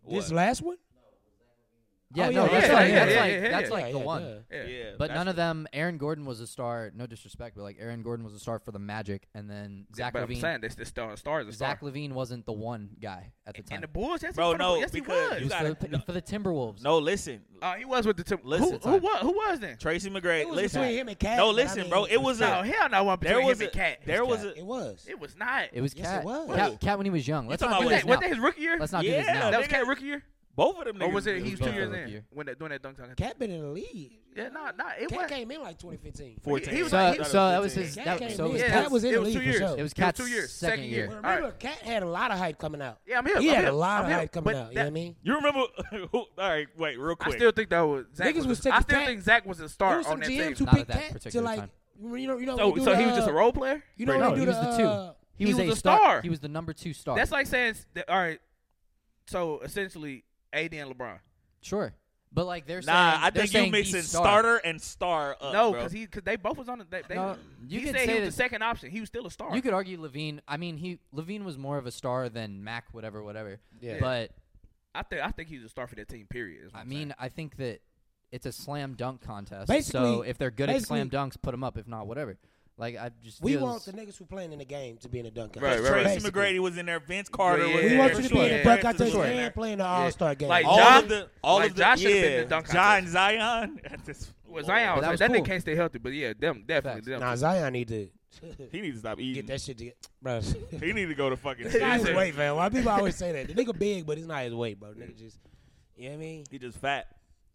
S3: What?
S1: This last one?
S8: Yeah,
S1: Oh,
S8: no,
S1: yeah,
S8: that's
S1: yeah,
S8: like
S1: yeah,
S8: that's
S9: yeah,
S8: like
S9: yeah,
S8: that's
S9: yeah.
S8: like
S1: Yeah,
S8: the
S1: yeah,
S8: one.
S1: duh.
S9: yeah.
S3: Yeah,
S8: But
S3: that's
S8: none of
S3: the-
S8: them. Aaron Gordon was a star. No disrespect, but like Aaron Gordon was a star for the Magic, and then Zach
S9: but I'm
S8: Levine.
S9: saying this, this star, stars a star.
S8: Zach Levine wasn't the one guy at the time.
S9: And the Bulls, yes,
S3: Bro,
S9: he, for the
S3: no,
S9: Bulls, yes,
S3: because
S9: he
S3: you
S8: It was
S9: was.
S3: gotta-
S8: for, the, for the Timberwolves.
S3: No, listen,
S9: Uh, he was with the Tim.
S3: Listen,
S9: who, who, was, who was then?
S3: Tracy McGrady.
S1: It was
S3: Listen,
S1: between him and Cat,
S3: no,
S1: but I
S3: listen,
S1: mean-
S3: bro. It was
S9: No,
S3: a
S9: hell no, one between
S3: there was
S9: him
S3: a
S9: and Cat.
S3: there was a
S1: It was.
S9: It was not.
S8: it was
S1: Yes, it
S8: Cat.
S1: was.
S8: Cat. Cat when he was young. Let's
S3: talking
S8: not do
S3: about
S8: this
S3: Yes,
S9: What,
S8: now.
S9: what that his rookie year?
S8: Let's not do this
S3: Yeah,
S8: now.
S9: That was
S3: Nigga.
S9: Cat rookie year,
S3: both of them.
S9: or
S3: niggas
S9: was it he was
S3: was
S9: two
S8: both
S9: years
S8: their rookie
S9: in
S8: year.
S9: when that doing that dunk contest?
S1: Cat been in the league.
S9: Yeah, no, no, it
S1: Cat
S9: was.
S1: came in like 2015.
S3: 14.
S9: He was
S8: so
S9: like- he was
S8: so that was
S3: 15.
S8: his.
S1: Cat
S8: That,
S1: came
S8: so it was
S1: in.
S9: yeah,
S1: Cat
S8: Cat's-
S1: was in
S9: it
S1: the
S9: was
S1: league
S9: two
S1: for
S9: years.
S1: sure.
S8: It was
S9: It was
S8: Cat's
S9: two years.
S8: second
S9: Second
S8: year.
S9: year.
S1: Remember,
S9: Alright.
S1: Cat had a lot of hype coming out.
S9: Yeah, I'm here.
S1: He
S9: I'm
S1: had
S9: here.
S1: a lot
S9: I'm
S1: of
S9: here.
S1: hype coming
S9: But
S1: out. You know
S9: that-
S1: what I mean?
S3: You remember? All right, wait, real
S9: I
S3: quick.
S9: still think that was Zach.
S1: Niggas
S9: Was
S1: was
S9: a, I
S1: taking
S9: still
S1: Cat-
S9: think Zach was a
S1: There
S9: star
S1: was some
S9: on that
S1: GMs
S9: team.
S1: who
S8: Not at
S1: picked
S8: that
S1: Cat to
S8: particular
S1: like.
S8: time.
S1: You know, you know.
S9: So,
S1: we do
S9: so
S1: the,
S9: he was just a
S1: uh,
S9: role player.
S1: You know,
S8: No,
S1: we
S8: he
S1: do
S8: was the
S1: the,
S8: two.
S1: uh,
S8: He
S9: He
S8: was
S9: was
S8: a
S9: a
S8: star.
S9: star.
S8: He was the number two star.
S9: That's like saying, s- that- all right. So essentially, AD and LeBron.
S8: sure, but like they're saying.
S3: Nah, I
S8: they're
S3: think you
S8: saying the
S3: mixing
S8: star.
S3: starter and star up.
S9: no,
S3: bro.
S9: because he because they both was on the. They, they,
S8: No, you
S9: he
S8: could say
S9: said he was
S8: that-
S9: the second option. He was still a star.
S8: You could argue Levine. I mean, he Levine was more of a star than Mac, whatever, whatever.
S1: Yeah.
S8: But
S9: I think I think he was a star for that team. Period. is what
S8: I
S9: I'm saying.
S8: mean, I think that it's a slam dunk contest. so
S1: Basically-
S8: if they're good at
S1: basically-
S8: slam dunks, put them up. If not, whatever. Like I just
S1: We
S8: feels-
S1: want the niggas who playing in the game to be in the dunk
S9: Right,
S1: contest.
S9: right, right.
S3: Tracy
S1: Basically.
S3: McGrady was in there. Vince Carter
S9: Yeah, yeah,
S3: was in
S9: yeah,
S1: We
S3: there.
S1: want you to be in
S9: Yeah.
S1: the dunk contest and playing in the All Star game.
S9: Like,
S3: All
S9: John-
S3: of the, all
S9: like
S3: of the,
S9: John
S3: yeah.
S9: should've been the dunk
S3: John Zion. At this,
S9: Well, Zion,
S8: But
S9: was
S8: that
S9: like,
S8: was
S9: that
S8: cool.
S9: nigga can't stay healthy, but yeah, them definitely.
S8: Facts.
S9: Them.
S1: Nah, Zion need to
S3: he need to stop
S1: get
S3: eating.
S1: that shit together, bro.
S3: He need to go to fucking.
S1: It's not his weight, man. Why people always say that? The nigga big, but it's not his weight, bro. Nigga just, you know what I mean?
S3: He just fat.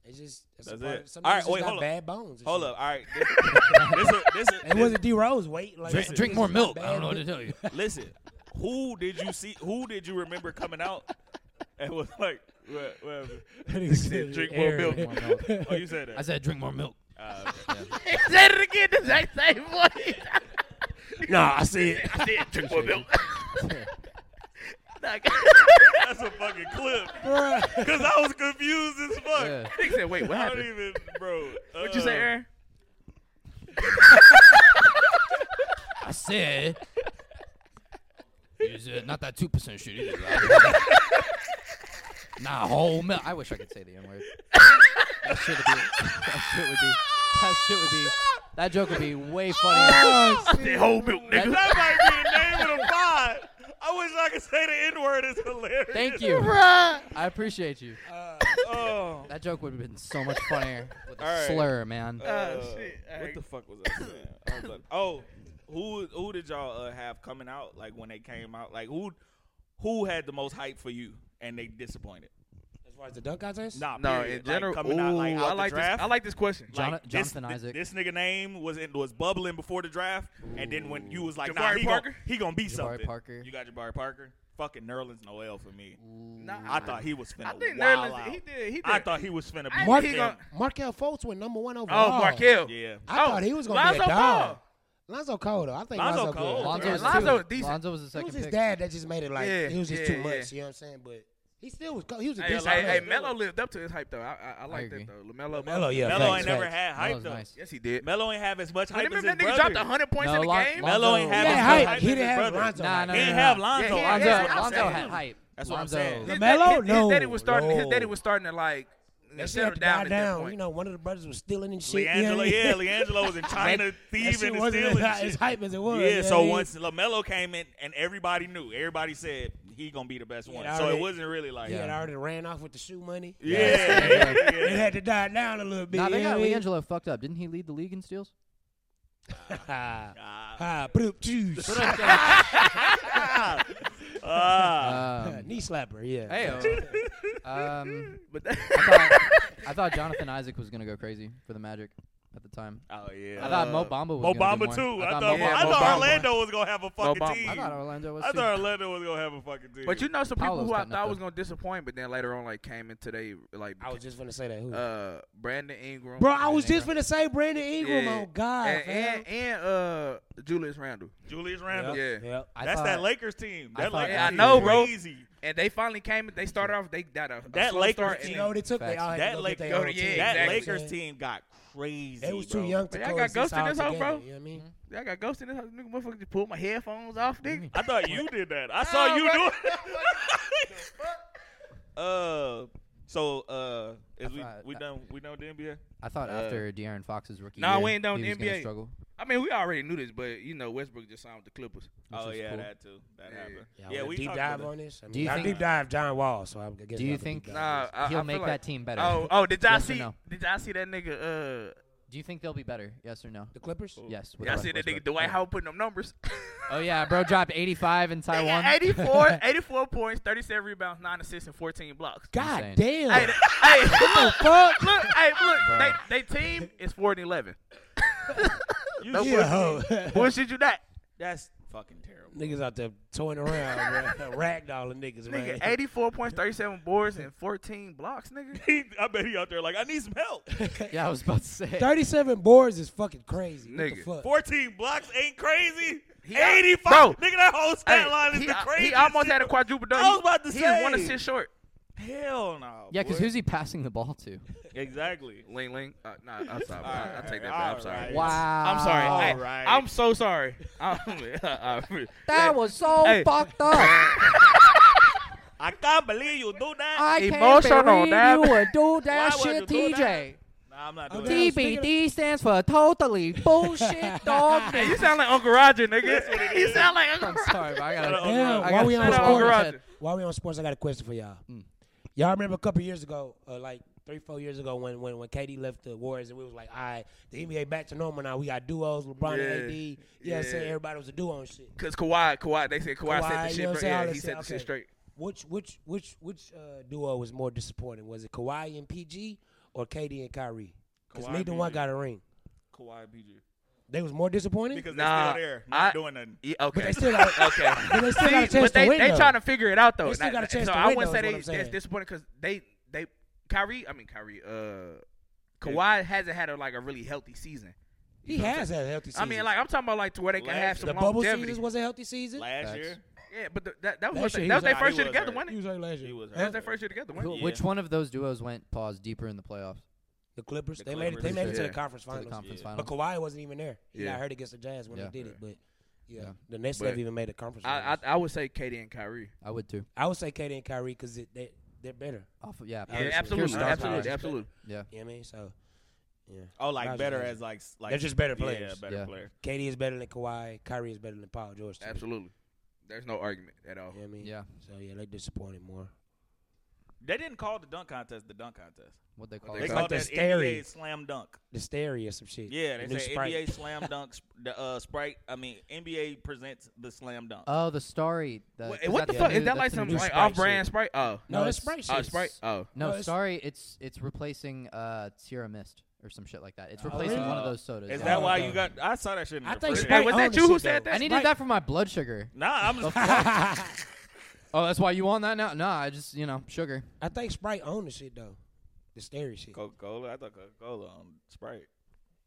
S1: It's just, it's
S3: That's
S1: a part
S3: it.
S1: Of, some
S3: All right,
S1: niggas just
S3: wait,
S1: got
S3: hold up.
S1: bad bones. and
S3: Hold
S1: shit.
S3: up. All right. This, this, is- this, is-
S1: It wasn't D Rose weight. Like,
S8: drink,
S1: some
S8: drink
S1: niggas
S8: more
S1: got
S8: milk.
S1: bad
S8: I don't know what to
S1: bones.
S8: tell you.
S3: Listen, who did you see? Who did you remember coming out? And was like, what, what happened?
S1: Nigga said,
S3: Drink more
S1: "Aaron."
S3: milk. Oh, you said
S8: I
S3: that.
S8: said drink more milk.
S9: He said it again the exact same way.
S1: Nah, I see it.
S9: I did drink more milk. Like,
S3: That's a fucking clip.
S1: Bruh.
S3: Cause I was confused as fuck.
S8: Yeah.
S9: nigga said, wait, what
S3: I don't
S9: happened?
S3: even, bro. Uh,
S9: What'd you say, Aaron?
S8: I said. Is it not that two percent shit either? nah, whole milk. I wish I could say the N word. That shit would be. That shit would be. That shit would be. That joke would be way funnier.
S1: Oh, shit.
S9: That whole milk, nigga.
S3: That might be the name of the pod. I wish I could say the N word. It's hilarious.
S8: Thank you. I appreciate you.
S3: Oh,
S8: That joke would have been so much funnier with a
S3: Alright.
S8: slur, man.
S3: uh,
S9: shit.
S3: What the fuck was I saying? I was like, oh, who who did y'all uh, have coming out? Like when they came out, like who who had the most hype for you and they disappointed?
S1: As far as the dunk contest?
S3: Nah,
S9: No,
S3: period.
S9: in general,
S3: like, coming out like
S9: ooh,
S3: out
S9: I like
S3: the draft.
S9: this. I like this question.
S8: Jon-
S3: Like,
S8: Jonathan
S3: this,
S8: Isaac.
S3: This nigga name was in, was bubbling before the draft, and then when you was like, nah,
S9: Jabari
S3: he
S9: Parker?
S3: Gonna, he gonna be
S8: Jabari
S3: something.
S8: Parker.
S3: You got Jabari Parker. Fucking Nerlens Noel for me.
S9: Nah,
S3: I thought he was finna
S9: I think
S3: wild
S9: Nerlens-
S3: out.
S9: he did- he
S3: I
S9: did.
S3: thought he was finna
S9: I
S3: be
S9: think
S3: him.
S9: he gonna-
S1: Markel Fultz went number one
S9: Oh,
S1: overall.
S9: Markel.
S3: Yeah.
S1: I
S9: Oh,
S1: thought he was going to be
S9: Lonzo
S1: a dog.
S9: Ball.
S1: Lonzo Cole, though. I think
S3: Lonzo
S1: Lonzo,
S3: Cole.
S1: good.
S8: Lonzo
S9: Yeah,
S8: was,
S9: Lonzo
S8: two.
S9: was decent.
S8: Lonzo was the
S1: It
S8: second
S1: was his
S8: pick.
S1: dad that just made it like
S9: Yeah,
S1: it was just
S9: yeah,
S1: too much.
S9: yeah.
S1: You know what I'm saying? But he still was. co- He was a
S9: Hey,
S1: decent
S9: hey,
S1: player.
S9: hey, Melo lived up to his hype though. I, I, I like
S8: agree.
S9: that though. Lamelo.
S1: Melo, yeah,
S3: Melo
S1: facts,
S3: ain't never
S1: facts.
S3: had
S8: That
S3: hype
S8: was
S3: though.
S8: nice.
S9: Yes, he did.
S3: Melo ain't have as much hype
S9: Remember
S3: as
S9: that
S3: his
S9: nigga
S3: brother.
S9: dropped 100 points
S8: No,
S9: in the
S8: Lon-
S9: game.
S8: Lon-
S3: Melo ain't
S8: Lonzo-
S3: have
S8: He
S3: as much
S8: had
S3: hype
S1: hype. He
S3: as
S1: didn't
S3: his
S1: have
S3: brother.
S1: Lonzo.
S8: Nah, nah,
S3: He
S8: nah,
S3: didn't
S8: nah.
S3: have Lonzo.
S9: Yeah,
S3: I'm
S8: Lonzo,
S3: saying.
S8: Lonzo
S3: I'm saying.
S8: had hype.
S3: That's what I'm
S8: Lonzo-
S3: saying.
S9: His
S1: LaMelo?
S9: daddy- his- His daddy
S1: No,
S9: was starting. His
S1: no.
S9: daddy was starting to like
S1: That shit
S9: settle
S1: had to
S9: down
S1: die
S9: at that
S1: down.
S9: point.
S1: You know, one of the brothers was stealing and shit. you know what
S3: Leangelo,
S1: I mean?
S3: yeah, Leangelo was in China
S1: That shit
S3: thieving and
S1: wasn't
S3: stealing.
S1: as,
S3: and
S1: hot- as
S3: shit.
S1: hype as it was. you
S3: Yeah,
S1: know
S3: so
S1: what I mean?
S3: once Lamelo came in, and everybody knew, everybody said he gonna be the best one.
S1: Yeah,
S3: So
S1: already-
S3: it wasn't really like,
S1: he had
S3: yeah,
S8: Yeah.
S1: already ran off with the shoe money.
S3: yeah,
S1: It had to die down a little bit.
S8: Nah, they
S1: you know
S8: got
S1: what I mean?
S8: Leangelo fucked up. Didn't he lead the league in steals?
S1: Ha.
S3: Ah,
S1: Ha, bloop, juice.
S3: ah.
S8: Um,
S1: Knee slapper, yeah.
S8: hey, um,
S9: But that,
S8: I thought, I thought Jonathan Isaac was gonna go crazy for the Magic at the time.
S3: oh yeah.
S8: I thought
S9: Uh,
S8: Mo Bamba was
S3: Mo
S8: gonna do
S3: Bamba
S8: more.
S3: too. I
S8: I
S3: thought,
S8: thought, Mo
S9: yeah,
S3: I
S9: Mo
S3: thought
S9: Bamba.
S3: Orlando was gonna have a fucking
S9: Bamba.
S3: team.
S9: I
S8: I thought Orlando was
S3: I
S8: too.
S3: thought Orlando was gonna have a fucking team.
S9: but you know some people
S8: Paolo's
S9: who I
S8: cutting up,
S9: thought was
S8: though.
S9: gonna disappoint, but then later on like came into they like
S1: I was just gonna say that. Who?
S9: uh Brandon Ingram.
S1: Bro, I was just
S9: Brandon
S1: gonna say Brandon Ingram.
S9: Ingram. Yeah.
S1: Oh God,
S9: and,
S1: fam.
S9: and, and uh Julius Randle.
S3: Julius Randle.
S9: Yeah.
S1: Yep.
S8: I
S3: That's
S8: thought-
S3: that Lakers team.
S8: I
S3: That
S8: thought-
S3: Lakers
S9: Yeah, I
S3: team
S9: know,
S3: is
S9: bro.
S3: crazy.
S9: And they finally came. They started off. They got a, a
S3: That
S9: slow
S3: Lakers
S9: start.
S3: team-
S1: You
S9: And
S1: know
S9: then,
S1: what it took? They
S8: Facts.
S1: all had
S3: That
S1: to go
S3: Lake-
S1: get their
S9: go
S1: own
S9: to-
S1: team.
S9: yeah,
S3: That
S9: exactly.
S3: Lakers
S1: Man,
S3: team got crazy.
S1: They was
S3: bro.
S1: too young to
S9: Man, I got
S1: coexist
S9: ghosted
S1: all
S9: this hoe,
S1: together,
S9: bro.
S1: You know what I mean?
S9: I got ghosted. This nigga motherfucker just pulled my headphones off, nigga.
S3: I thought you did that. I saw you do it. uh, so uh, is we
S8: thought-
S3: we done we done with the NBA?
S8: I thought after De'Aaron Fox's rookie
S9: uh, nah,
S8: year,
S9: we ain't done
S8: he
S9: with
S8: was
S9: the
S8: gonna
S9: NBA.
S8: struggle.
S3: Mm-hmm.
S9: I mean, we already knew this, but you know, Westbrook just signed with the Clippers.
S3: Oh
S8: is
S3: yeah,
S8: cool.
S3: that too. That
S9: Yeah.
S3: happened.
S1: Y'all
S3: Yeah,
S1: wanna
S3: we
S1: deep
S3: talked
S1: dive
S3: about
S1: on this. I mean,
S8: Do you
S1: I
S8: think-
S1: deep dive John Wall, so I guess
S8: Do you
S1: I could
S8: think-
S1: deep dive
S9: Nah,
S1: this.
S9: I,
S8: He'll
S9: I feel
S8: make
S9: like,
S8: that team better.
S9: Oh, oh, did y'all
S8: Yes or
S9: see?
S8: no?
S9: Did y'all see that nigga? Uh,
S8: Do you think they'll be better? Yes or no?
S1: the Clippers?
S8: Yes. with
S9: y'all
S8: Russell
S9: see that nigga
S8: Westbrook.
S9: Dwight Howard putting up numbers?
S8: Oh yeah, bro dropped 85 in
S9: They got
S8: Taiwan.
S9: 84, 84 points, 37 rebounds, 9 assists, and 14 blocks.
S1: God
S8: Insane.
S1: damn.
S9: Hey, th- hey, look,
S1: fuck?
S9: look, hey, look.
S8: Bro.
S9: They, they team is 4 and 11.
S3: You
S9: No
S3: sure?
S1: Yo.
S9: Bullshit you that.
S3: That's fucking terrible.
S1: niggas out there toying around, bro. ragdolling niggas, man.
S9: Nigga, 84 points, 37 boards, and 14 blocks, nigga.
S3: He, I bet he out there like I need some help.
S8: Yeah, I was about to say.
S1: Thirty-seven boards is fucking crazy. What the
S9: Nigga.
S1: fuck?
S3: Fourteen blocks ain't crazy.
S9: He out-
S3: Eighty
S9: Bro.
S3: five. Nigga, that whole stat
S9: Hey,
S3: line is
S9: he,
S3: the
S9: al-
S3: craziest.
S9: he almost
S3: shit.
S9: had a quadruple double.
S3: I was about to
S9: He is one
S3: say.
S9: assist short.
S3: Hell no.
S8: Yeah, because
S3: boy.
S8: who's he passing the ball to?
S3: exactly.
S9: Ling Ling. Uh, nah, I'm sorry.
S3: All
S9: I, I take that
S3: right,
S9: back. I'm sorry.
S3: all right.
S8: Wow.
S9: I'm sorry. I,
S3: Alright.
S9: I'm so sorry. I'm-
S8: That was so
S9: Hey.
S8: fucked up.
S3: I can't believe you do that.
S8: I
S9: Emotional,
S8: can't believe
S9: damn.
S8: you would do
S3: Why
S8: that
S3: would
S8: shit,
S3: you do
S8: TJ.
S3: nah, I'm not
S1: I'm
S3: doing
S1: down.
S3: that.
S8: TBD stands for totally bullshit dog.
S9: Hey, you sound like Uncle Roger, nigga. you sound like Uncle
S8: I'm
S9: Roger.
S8: sorry, but I gotta.
S3: Shut
S1: Damn,
S3: up.
S8: I
S1: while
S8: got
S1: we on
S9: shut up, Uncle
S1: sports,
S9: Roger.
S1: while we on sports, I got a question for y'all. Y'all remember a couple years ago, uh, like three, four years ago, when when when KD left the Warriors, and we was like, all right, the NBA back to normal now. We got duos, LeBron and
S9: Yeah,
S1: AD. You know what I'm saying?
S9: yeah.
S1: Everybody was a duo and shit.
S9: Cause Kawhi, Kawhi, they said Kawhi,
S1: Kawhi,
S9: said
S1: you
S9: the
S1: know what
S9: shit. Bro.
S1: I'm saying? All
S9: Yeah,
S1: that
S9: he said
S1: shit,
S9: the shit
S1: okay.
S9: straight.
S1: Which which which which uh, duo was more disappointing? Was it Kawhi and PG or KD and Kyrie? Because
S3: Kawhi
S1: neither
S3: and
S1: one
S3: PG.
S1: got a ring.
S3: Kawhi PG.
S1: They was more disappointing.
S3: Because they're
S9: Nah,
S3: still there, not
S9: I-
S3: doing nothing.
S9: Yeah, okay.
S1: but they still got
S9: okay.
S1: but they still
S9: See,
S1: got a chance
S9: but
S1: to
S9: they,
S1: win.
S9: they
S1: though.
S9: trying to figure it out though.
S1: They still
S9: Not-
S1: got a chance
S9: so
S1: to
S9: I
S1: win,
S9: wouldn't
S1: though,
S9: say
S1: is what
S9: they
S1: I'm saying.
S9: that's disappointing because they they Kyrie. I mean Kyrie. Uh, Kawhi hasn't had a, like a really healthy season.
S1: He
S9: You know what I'm
S1: has
S9: saying?
S1: had a healthy
S9: I
S1: season.
S9: mean, like I'm talking about like to where they can
S3: Last-
S9: have
S1: the
S9: some
S1: bubble
S9: longevity.
S1: season was a healthy season.
S3: Last
S8: Facts.
S3: year,
S9: Yeah, but the, that that
S1: Last
S9: was, what
S1: year
S9: they-
S1: he
S9: that
S1: was
S9: was their
S3: hurt.
S9: first
S3: He
S9: year
S3: was
S9: together,
S3: hurt.
S9: wasn't
S1: He
S9: it?
S1: was like last year.
S3: he was
S9: That was
S3: hurt.
S9: their first year together, wasn't it?
S8: Who,
S3: Yeah.
S8: Which one of those duos went pause deeper in the playoffs?
S1: The Clippers.
S3: The
S1: they made it. They
S3: Clippers.
S1: made it to the
S9: Yeah.
S1: conference
S8: To
S1: finals.
S8: the conference
S3: Yeah.
S8: finals.
S1: But Kawhi wasn't even there. He
S9: Yeah.
S1: got hurt against the Jazz when
S8: Yeah.
S1: they did it. But yeah,
S8: Yeah.
S1: the Nets
S9: But
S1: never even made a conference.
S9: I, I
S1: finals.
S9: I would say Katie and Kyrie.
S8: I would too.
S1: I, would say KD and Kyrie because they they're better.
S8: Off of, yeah,
S1: Yeah,
S8: personally.
S1: absolutely,
S8: Pure star
S1: absolutely,
S8: power.
S1: absolutely.
S8: Yeah.
S1: You know what I mean? So yeah,
S3: Oh, like
S1: Roger
S3: better
S1: Jackson.
S3: as like s- like
S1: They're just better
S3: Yeah,
S1: players.
S3: better
S8: Yeah.
S3: player.
S1: KD is better than Kawhi. Kyrie is better than Paul George. to me.
S9: Absolutely. There's no argument at all.
S1: You know what I mean?
S8: Yeah.
S1: So yeah, they disappointed more.
S3: They didn't call the dunk contest the dunk contest.
S8: What they call
S9: They
S3: They
S8: it?
S9: call
S3: called
S1: the
S3: that
S1: stary.
S3: NBA slam dunk.
S1: The Stary or some shit.
S3: Yeah, they
S1: the new
S3: say
S1: Sprite.
S3: NBA slam dunk. sp- The uh, Sprite. I mean, NBA presents the slam dunk.
S8: Oh, the Starry. The,
S9: Wha-
S8: is
S9: what the
S8: the
S9: fuck
S8: new-
S9: is that?
S8: that's
S9: Like
S8: the
S9: some
S8: new
S9: like
S1: Sprite
S9: off-brand Sprite? Oh,
S1: No,
S8: No,
S1: it's
S8: it's-
S1: Sprite.
S9: oh,
S1: shit.
S9: Sprite. Oh,
S1: No,
S8: No,
S1: it's-
S8: sorry, it's it's replacing uh Sierra Mist or some shit like that. It's replacing
S3: Oh, really?
S8: one of those sodas.
S3: Is
S8: yeah.
S3: that
S1: Oh,
S3: why
S1: okay.
S3: you got? I saw that shit. In
S1: I
S3: the
S1: think
S3: fridge.
S1: Sprite
S9: was that
S1: owned
S9: you who
S1: this shit,
S9: said
S1: though.
S9: that?
S8: I needed
S1: Sprite-
S8: that for my blood sugar.
S3: Nah, I'm.
S8: Oh, that's why you want that now? No, I just you know sugar.
S1: I think Sprite owned the shit though. The Stary shit.
S3: Coca Cola. I thought Coca Cola on Sprite.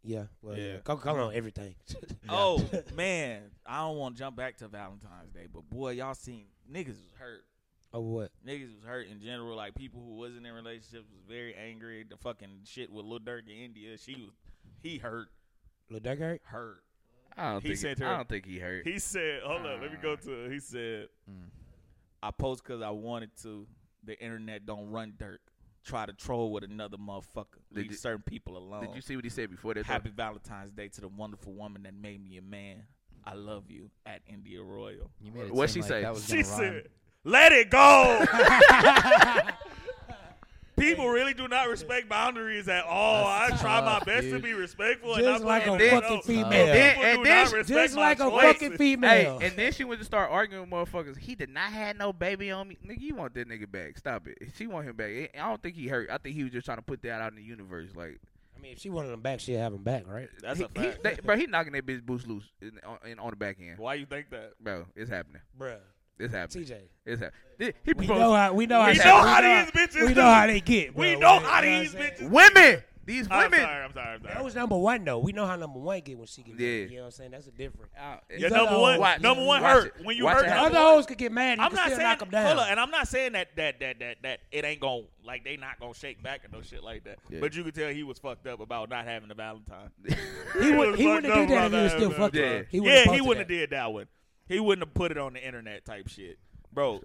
S1: Yeah. Well, yeah.
S3: Yeah.
S1: Coca Cola on everything.
S3: Oh man, I don't want to jump back to Valentine's Day, but boy, y'all seen niggas was hurt.
S1: oh what?
S3: Niggas was hurt in general. Like people who wasn't in relationships was very angry. The fucking shit with Lil Durk in India. She was. He hurt.
S1: Lil Durk hurt?
S3: Hurt.
S9: I don't
S3: He
S9: think.
S3: said
S9: It,
S3: to her-
S9: I don't think he hurt.
S3: He said, "Hold on, let me
S9: Ah.
S3: go to." He
S9: Mm.
S3: said, "I post because I wanted to. The internet don't run Dirk. try to troll with another motherfucker. Leave
S9: you-
S3: certain people alone.
S9: Did you see what he said before that? though?
S3: Happy Valentine's Day to the wonderful woman that made me a man. I love you at India Royal.
S8: You made it
S9: What'd
S8: seem
S9: she
S8: like
S9: say?
S8: That was
S3: She
S8: gonna rhyme.
S3: said, "Let it go." People really do not respect boundaries at all. I try my
S8: tough,
S3: best to
S8: dude.
S3: be respectful, and I
S1: Just like a
S3: put it
S1: fucking
S3: out.
S1: female.
S3: People do
S9: And
S3: not
S9: then-
S3: respect
S1: Just
S3: my
S1: like a
S3: choices.
S1: fucking
S9: Hey,
S1: female.
S9: and then she went to start arguing with motherfuckers. He did not have no baby on me. Nigga, you want that nigga back. Stop it. She want him back. I don't think he hurt. I think he was just trying to put that out in the universe. Like,
S1: I mean, if she wanted him back, she'd have him back, right?
S3: That's
S9: he,
S3: a
S9: he-
S3: fact.
S9: they- bro, he knocking that bitch boots loose in, on, in, on the back end.
S3: Why you think that?
S9: Bro, it's happening.
S1: Bruh.
S9: It's happening.
S1: TJ.
S9: It's happening. He
S1: We know
S9: proposed.
S1: how we know how
S3: We
S1: she-
S3: know
S1: we
S3: how
S1: know-
S3: these bitches
S1: We
S3: do.
S1: know how they get.
S3: We
S1: bruh.
S3: know
S1: We-
S3: how
S1: you know
S3: these
S1: what I'm saying?
S3: bitches.
S9: Women. These
S3: I'm
S9: women.
S3: sorry. I'm sorry. I'm sorry.
S1: That was number one though. We know how number one get when she get.
S9: Yeah.
S1: Yeah. You know what I'm saying? That's a different.
S9: Out.
S3: Yeah,
S1: These other
S3: number one,
S1: hoes-
S3: number one
S9: Uh, Watch
S3: hurt
S9: it.
S3: when you
S9: Watch
S3: hurt.
S9: it
S1: The
S3: number
S9: happen.
S1: other hoes could get mad. And you
S3: I'm
S1: can
S3: not
S1: still
S3: saying
S1: knock them down.
S3: Hold on, and I'm not saying that that that that that it ain't going like they not gonna shake back or no shit like that.
S9: Yeah.
S3: But you could tell he was fucked up about not having a Valentine.
S1: he wouldn't. He
S3: Fucked
S1: wouldn't
S3: up
S1: have did that
S3: about
S1: if he was
S3: that,
S1: still
S3: man.
S1: fucking.
S9: Yeah.
S1: her. He wouldn't
S3: yeah,
S1: have
S3: he
S1: posted
S3: wouldn't have
S1: that.
S3: did that one. He wouldn't have put it on the internet type shit, bro.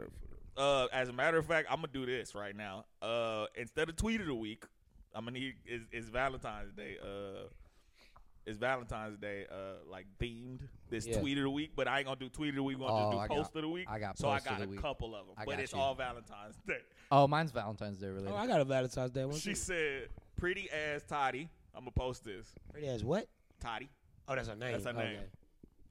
S3: Uh, as a matter of fact, I'm gonna do this right now. Uh, instead of tweet of the week, I'm gonna need is, is Valentine's Day. Uh, is Valentine's Day uh like themed this
S8: Yeah.
S3: tweet of the week? But I ain't gonna do tweet of the week. We're gonna
S8: Oh,
S3: do
S8: I got-
S3: post of the week.
S8: I got
S3: so I
S8: post of
S3: got
S8: the
S3: a
S8: week.
S3: couple of them,
S8: I
S3: but
S8: got
S3: it's
S8: you.
S3: all Valentine's Day.
S8: Oh, mine's Valentine's Day related.
S1: Oh, I got a Valentine's Day one.
S3: She
S1: She
S3: said, "Pretty ass Toddy." I'm gonna post this.
S1: pretty as what?
S3: Toddy
S1: Oh, that's her name.
S3: That's her
S1: Okay.
S3: name.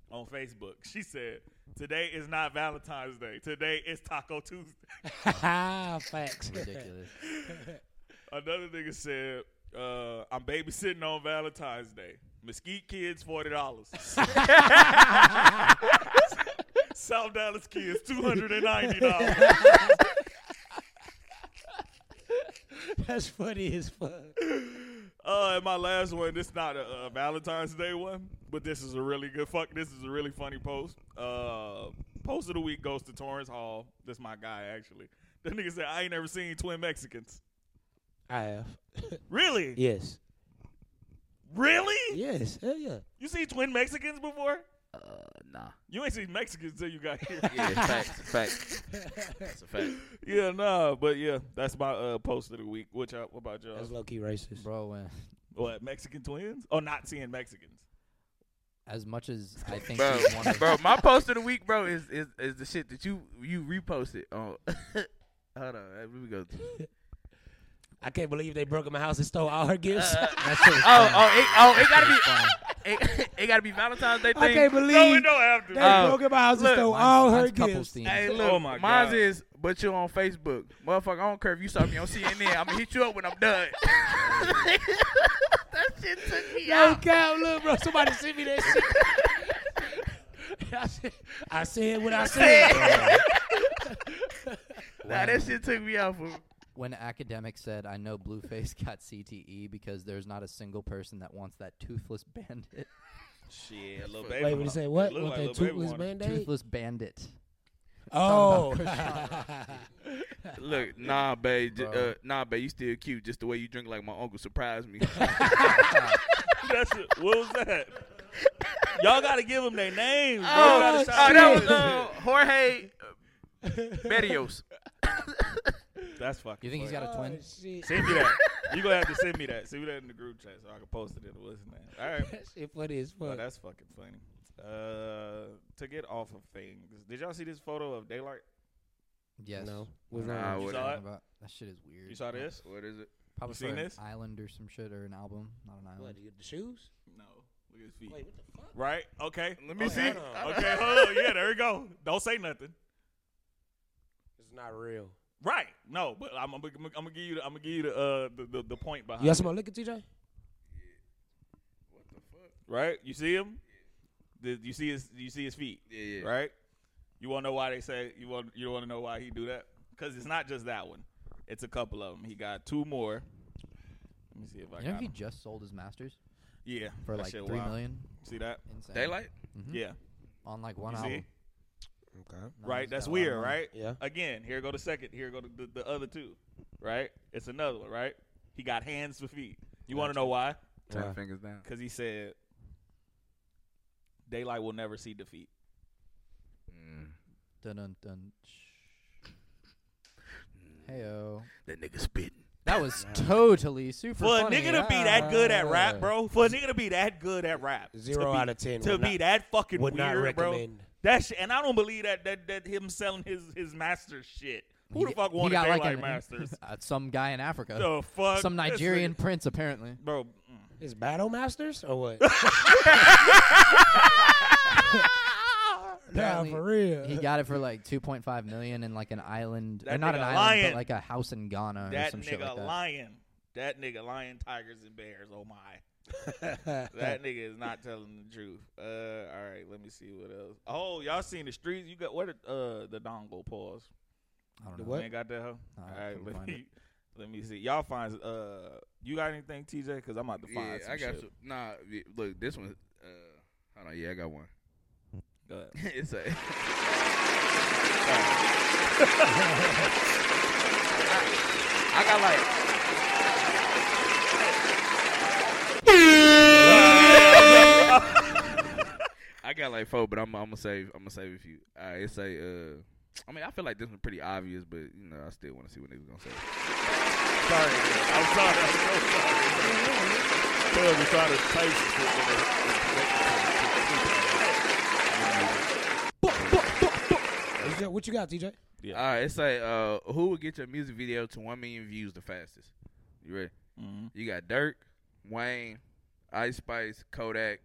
S3: on Facebook. She said, "Today is not Valentine's Day. Today is Taco Tuesday."
S1: Ha Facts.
S8: Ridiculous.
S3: Another nigga said, uh, "I'm babysitting on Valentine's Day. Mesquite kids forty dollars. South Dallas kids two hundred and ninety dollars."
S1: That's funny as fuck.
S3: Uh, and my last one. This not a, a Valentine's Day one, but this is a really good fuck. This is a really funny post. Uh, post of the week goes to Torrance Hall. This my guy actually. The nigga said I ain't never seen twin Mexicans.
S1: I have.
S3: Really?
S1: Yes.
S3: Really?
S1: Yes. Hell yeah.
S3: You seen twin Mexicans before?
S9: Uh, nah.
S3: You ain't seen Mexicans until you got here.
S9: Yeah, facts. Facts. That's a fact.
S3: yeah, nah, but yeah, that's my uh, post of the week. Which uh, what about y'all?
S1: That's low key racist.
S8: Bro, when,
S3: What Mexican twins? Oh, not seeing Mexicans.
S8: as much as I think
S9: bro,
S8: she's one of
S9: bro, my post of the week, bro, is is, is the shit that you you reposted on. Hold on, let me go.
S1: I can't believe they broke in my house and stole all her gifts.
S8: that shit was
S9: Oh,
S8: funny.
S9: oh, it, oh, it gotta be, it, it gotta be Valentine's Day thing.
S1: I can't believe
S3: No, we don't have
S1: they
S3: to.
S9: Uh,
S1: broke in my house and
S9: look,
S1: stole
S8: Mine's-
S1: all her
S8: mine's couples
S1: gifts.
S8: themed.
S9: Hey, look,
S3: Oh my
S9: mine's
S3: God.
S9: is, but you on Facebook, motherfucker. I don't care if you saw me on CNN. I'm gonna hit you up when I'm done. that shit took me
S1: No
S9: out.
S1: cap, look, bro. Somebody sent me that shit. I said- I said what I said. bro.
S9: Nah, that shit took me out for.
S8: when academics said, "I know Blueface got CTE because there's not a single person that wants that toothless bandit,
S3: Shit, little
S9: Wait,
S3: baby.
S1: Wait, what you say? What?
S3: Look
S1: With
S3: like
S1: that
S3: Lil Baby
S1: toothless
S3: wanted-
S1: band-aid?
S8: toothless bandit."
S1: Oh.
S8: talking
S9: Look, nah, babe, j-
S8: Bro.
S9: uh, nah, babe, you still cute. Just the way you drink, like my uncle surprised me.
S3: That's it. What was that? Y'all gotta give them their names. Bro.
S9: Oh,
S3: You gotta
S9: oh,
S3: shout
S9: that
S3: them
S9: was uh,
S3: out.
S9: Jorge Berrios.
S3: That's fucking.
S8: You think he's got a twin?
S1: shit.
S3: Send me that. You gonna have to send me that. Send me that in the group chat so I can post it in the what's his name. All right.
S1: That shit funny as
S3: Oh,
S1: fuck.
S3: that's fucking funny. Uh, to get off of things, did y'all see this photo of daylight?
S8: Yes.
S1: No. We're
S9: Nah,
S1: wrong.
S9: I
S3: You
S9: wouldn't.
S3: saw it?
S8: About- That shit is weird.
S3: You saw this?
S9: What is it?
S8: Probably
S3: seen
S8: for
S3: this?
S8: an island or some shit or an album, not an
S1: What,
S8: island.
S1: the shoes?
S3: No. Look at his feet.
S1: Wait, what the fuck?
S3: Right? Okay.
S9: Let me
S3: okay.
S9: see.
S3: Okay, hold on. Yeah, there we go. Don't say nothing.
S1: It's not real.
S3: Right. No, but I'm, I'm, I'm gonna give you the I'm gonna give you the uh the, the, the point behind
S1: You got
S3: it.
S1: some more liquor, TJ?
S3: Right? You see him? Did you see his you see his feet?
S9: Yeah, yeah.
S3: Right? You wanna know why they say you want you wanna know why he do that? Because it's not just that one. It's a couple of them. He got two more. Let me see if I
S8: You know
S3: got
S8: he
S3: 'em.
S8: just sold his masters
S3: Yeah.
S8: for
S3: that
S8: like three
S3: shit
S8: million. Hmm?
S3: wild. See that?
S8: Insane.
S9: Daylight?
S3: Yeah.
S8: on like one
S3: You
S8: album.
S3: see?
S1: Okay.
S8: No,
S3: Right,
S8: he's
S3: that's
S8: got a lot of
S3: weird,
S8: money.
S3: right?
S1: Yeah.
S3: Again, here go the second. Here go the, the, the other two, right? It's another one, right? He got hands for feet. You want to know why?
S9: Ten
S1: Wow.
S9: fingers down.
S3: Because he said, "Daylight will never see defeat."
S8: Dun dun dun. Heyo.
S9: That nigga spitting.
S8: That was totally super
S3: For a
S8: funny.
S3: nigga to be that good at rap, bro. For a nigga to be that good at rap. to
S1: Zero
S3: be-
S1: out of ten.
S3: To
S1: Would
S3: be
S1: not-
S3: that fucking
S1: would not
S3: weird,
S1: recommend.
S3: bro. That shit, and I don't believe that that that him selling his his master shit. Who the
S8: He-
S3: fuck
S8: he
S3: wanted
S8: got
S3: daylight
S8: like
S3: like
S8: a-
S3: masters?
S8: uh, some guy in Africa.
S3: the fuck,
S8: some
S3: This
S8: Nigerian
S3: nigga-
S8: prince apparently.
S3: bro. mm.
S1: Is Battle Masters or what? nah,
S8: Apparently,
S1: for real.
S8: He got it for like 2.5 million in like an island, or
S3: That
S8: not
S3: nigga
S8: an island,
S3: lying.
S8: but like a house in Ghana or
S3: That
S8: some
S3: nigga
S8: shit like that.
S3: lion. That nigga lion tigers and bears. Oh my. that nigga is not telling the truth. Uh, all right, let me see what else. Oh, y'all seen the streets? You got what? Did, uh, the dongle pause.
S8: I don't
S1: The
S8: know.
S1: what?
S3: You ain't got that? Huh?
S8: Nah,
S3: all
S8: I
S3: right,
S8: couldn't
S3: let
S8: find it.
S3: me, let me see. Y'all find. Uh, you got anything, TJ? Because I'm about to find.
S9: Yeah,
S3: some
S9: I got
S3: shit.
S9: some. Nah, y- look, this one. Uh, hold on, yeah, I got one.
S3: Go ahead.
S9: it's a. I got like I got like four, but I'm I'm gonna save I'm gonna save a few. All right, it's a. Uh, I mean, I feel like this one's pretty obvious, but you know, I still want to see what they was gonna say.
S3: Sorry, man. I'm sorry. I'm so sorry. Cuz we trying to type some shit in there.
S1: What you- What you got, TJ?
S3: Yeah.
S9: All right, it's like uh, who would get your music video to one million views the fastest? You ready?
S3: Mhm.
S9: You got Dirk, Wayne, Ice Spice, Kodak,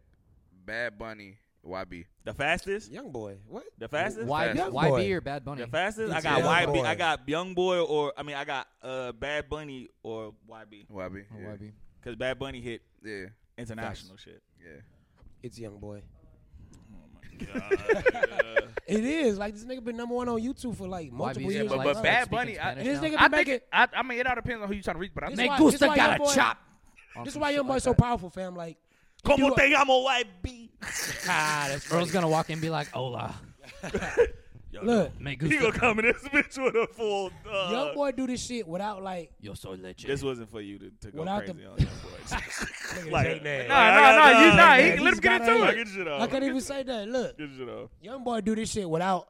S9: Bad Bunny, YB.
S3: The fastest?
S1: Young boy. What?
S3: The fastest?
S8: Why,
S9: Fast.
S8: why
S1: Boy.
S8: be or Bad Bunny?
S3: The fastest? I
S1: It's
S3: got
S1: Young
S3: YB.
S1: Boy.
S3: I got Young Boy or I mean I got uh Bad Bunny or YB
S9: YB.
S8: Or
S1: Oh,
S9: yeah.
S8: YB.
S3: cuz Bad Bunny hit
S9: Yeah.
S3: international shit.
S9: Yeah.
S1: It's Young Boy.
S3: Oh my god.
S1: It is like this nigga been number one on YouTube for like multiple
S8: YB's
S1: years.
S8: like
S9: but- but
S8: speaking
S9: Bad Bunny, I-
S8: Spanish
S1: this
S8: now.
S1: nigga
S9: I
S1: been
S9: think.
S1: making.
S9: It, I, I mean, it all depends on who you're trying to reach, but I
S1: This
S9: think
S1: why-
S8: Gusta
S1: this why
S8: got
S1: Young
S8: a
S1: Boy-
S8: chop. On
S1: This is
S8: some
S1: why
S8: shit
S1: Young Boy's so
S8: like that.
S1: powerful, fam. Like,
S3: Como te llamo YB?
S1: ah, that's
S8: Earl's gonna walk in and be like, "Hola,
S1: look.
S8: me
S3: He gonna
S8: gusta."
S3: come in this bitch with a full uh,
S1: Young boy do this shit without like.
S8: Yo soy leche.
S3: This wasn't for you to, to go
S1: Without
S3: crazy
S1: the-
S3: on Young Boy.
S1: Nigga, man.
S9: Nah, nah, nah, you- nah, he-
S1: man,
S9: let
S1: he's
S9: him get
S1: gotta
S9: into
S1: hate.
S9: it.
S3: Get shit off.
S1: I can't even say that. Look,
S3: Get shit off.
S1: young boy do this shit without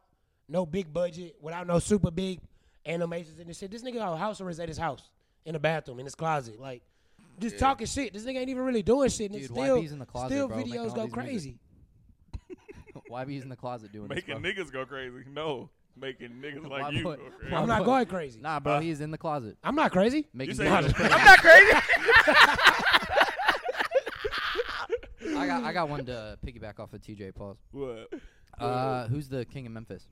S1: no big budget, without no super big animations and this shit. This nigga got house arrest at his house in the bathroom in his closet, like just talking shit. This nigga ain't even really doing shit. And it's
S8: Dude,
S1: still,
S8: YB's in the closet,
S1: still
S8: bro, making
S1: videos
S8: all
S1: go
S8: these music.
S1: crazy.
S8: YB's in the closet doing this,
S3: Making
S8: bro.
S3: niggas go crazy. No. Making niggas
S8: Why
S3: like you
S8: boy-
S3: go
S8: why
S3: crazy.
S1: I'm not
S8: boy-
S1: going crazy.
S8: Nah, bro, he's in the closet
S1: I'm not crazy.
S8: making.
S3: say
S8: videos.
S3: he's
S8: I got I got one to piggyback off of TJ Pauls.
S3: What?
S8: Uh, who's the king of Memphis?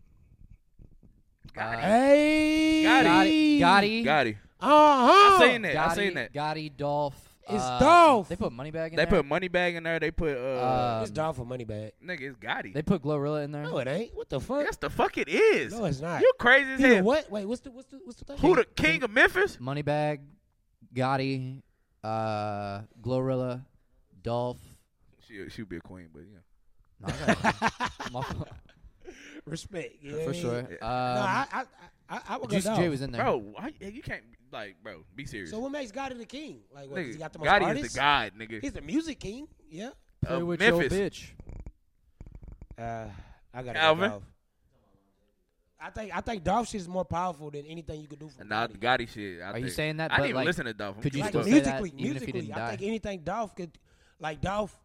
S8: Uh,
S1: Hey,
S8: Gotti. Gotti.
S9: Gotti.
S1: Uh
S9: I
S1: huh.
S9: seen that. I seen that.
S8: Gotti, Dolph.
S1: It's
S8: uh,
S1: Dolph.
S8: They put money back in
S9: They
S8: there.
S9: put money bag in there. They put uh,
S8: Uh,
S1: It's dog for money bag.
S9: nigga, it's Gotti.
S8: they put Glorilla in there.
S1: No, it ain't. What the fuck?
S9: That's the fuck it is.
S1: No, it's not.
S9: You crazy as
S1: He the
S9: hell.
S1: what? Wait, what's the what's the what's the thing?
S9: Who the king of Memphis?
S8: Moneybag, Gotti, uh, Glorilla, Dolph.
S9: She she'd be a queen, but yeah.
S8: No, I got one.
S1: respect? you know what I
S8: for
S1: mean?
S8: sure.
S1: No, I
S8: Um,
S1: I I, I would go
S8: Juicy J
S1: dog.
S8: was in there.
S9: Bro, why, you can't like, bro. Be serious.
S1: So what makes Gotti the king? Like, what, 'cause
S9: nigga,
S1: he got the most
S9: Gotti
S1: artists?
S9: is the god, nigga.
S1: He's the music king. Yeah.
S8: Play
S9: of
S8: with
S9: Memphis.
S8: your bitch.
S1: Uh, I got
S9: Calvin?
S1: I think I think Dolph shit is more powerful than anything you could do for
S9: Nah,
S1: Gotti.
S9: Gotti shit. I
S8: Are
S9: think.
S8: you saying that,
S9: I
S8: but,
S9: didn't even
S8: like,
S9: listen to Dolph. I'm
S8: could you
S9: just
S1: Like
S8: still
S9: fuck.
S8: say that
S1: musically,
S8: even if he
S1: musically,
S8: didn't
S1: I
S8: die?
S1: think anything Dolph could, like Dolph,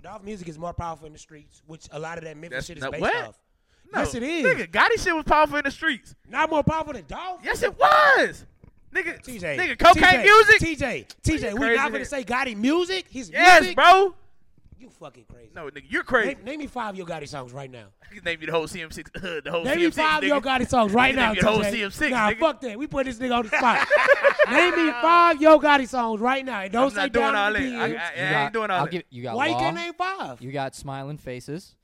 S1: Dolph music is more powerful in the streets, which a lot of that Memphis
S9: That's
S1: shit is
S9: not-
S1: based
S9: what?
S1: off. yes, it is.
S9: Nigga, Gotti shit was powerful in the streets.
S1: Not more powerful than Dolph.
S9: Yes, it was. Nigga,
S1: TJ,
S9: nigga, cocaine
S1: TJ,
S9: music.
S1: TJ, TJ, we
S9: crazy
S1: not gonna
S9: here?
S1: say Gotti music. His
S9: yes,
S1: music.
S9: bro.
S1: You fucking crazy.
S9: No, nigga, you're crazy.
S1: Name, name me five of your Gotti songs right now.
S9: You can name me the whole CM6, uh, the whole
S1: Name me
S9: CM6,
S1: five of
S9: nigga.
S1: your Gotti songs right
S9: You
S1: now.
S9: name your whole
S1: TJ.
S9: CM6,
S1: nah,
S9: nigga.
S1: fuck that. We put this nigga on the spot. name me five yo Gotti songs right now. And don't
S9: I'm
S1: say
S9: not doing
S1: down
S9: all
S1: in
S9: that.
S1: the DMs.
S9: I, I, I
S8: You
S9: ain't
S8: got-
S9: doing
S8: I'll
S9: all that.
S8: give- you got
S1: Why you
S8: Law,
S1: can't name five?
S8: You got smiling faces.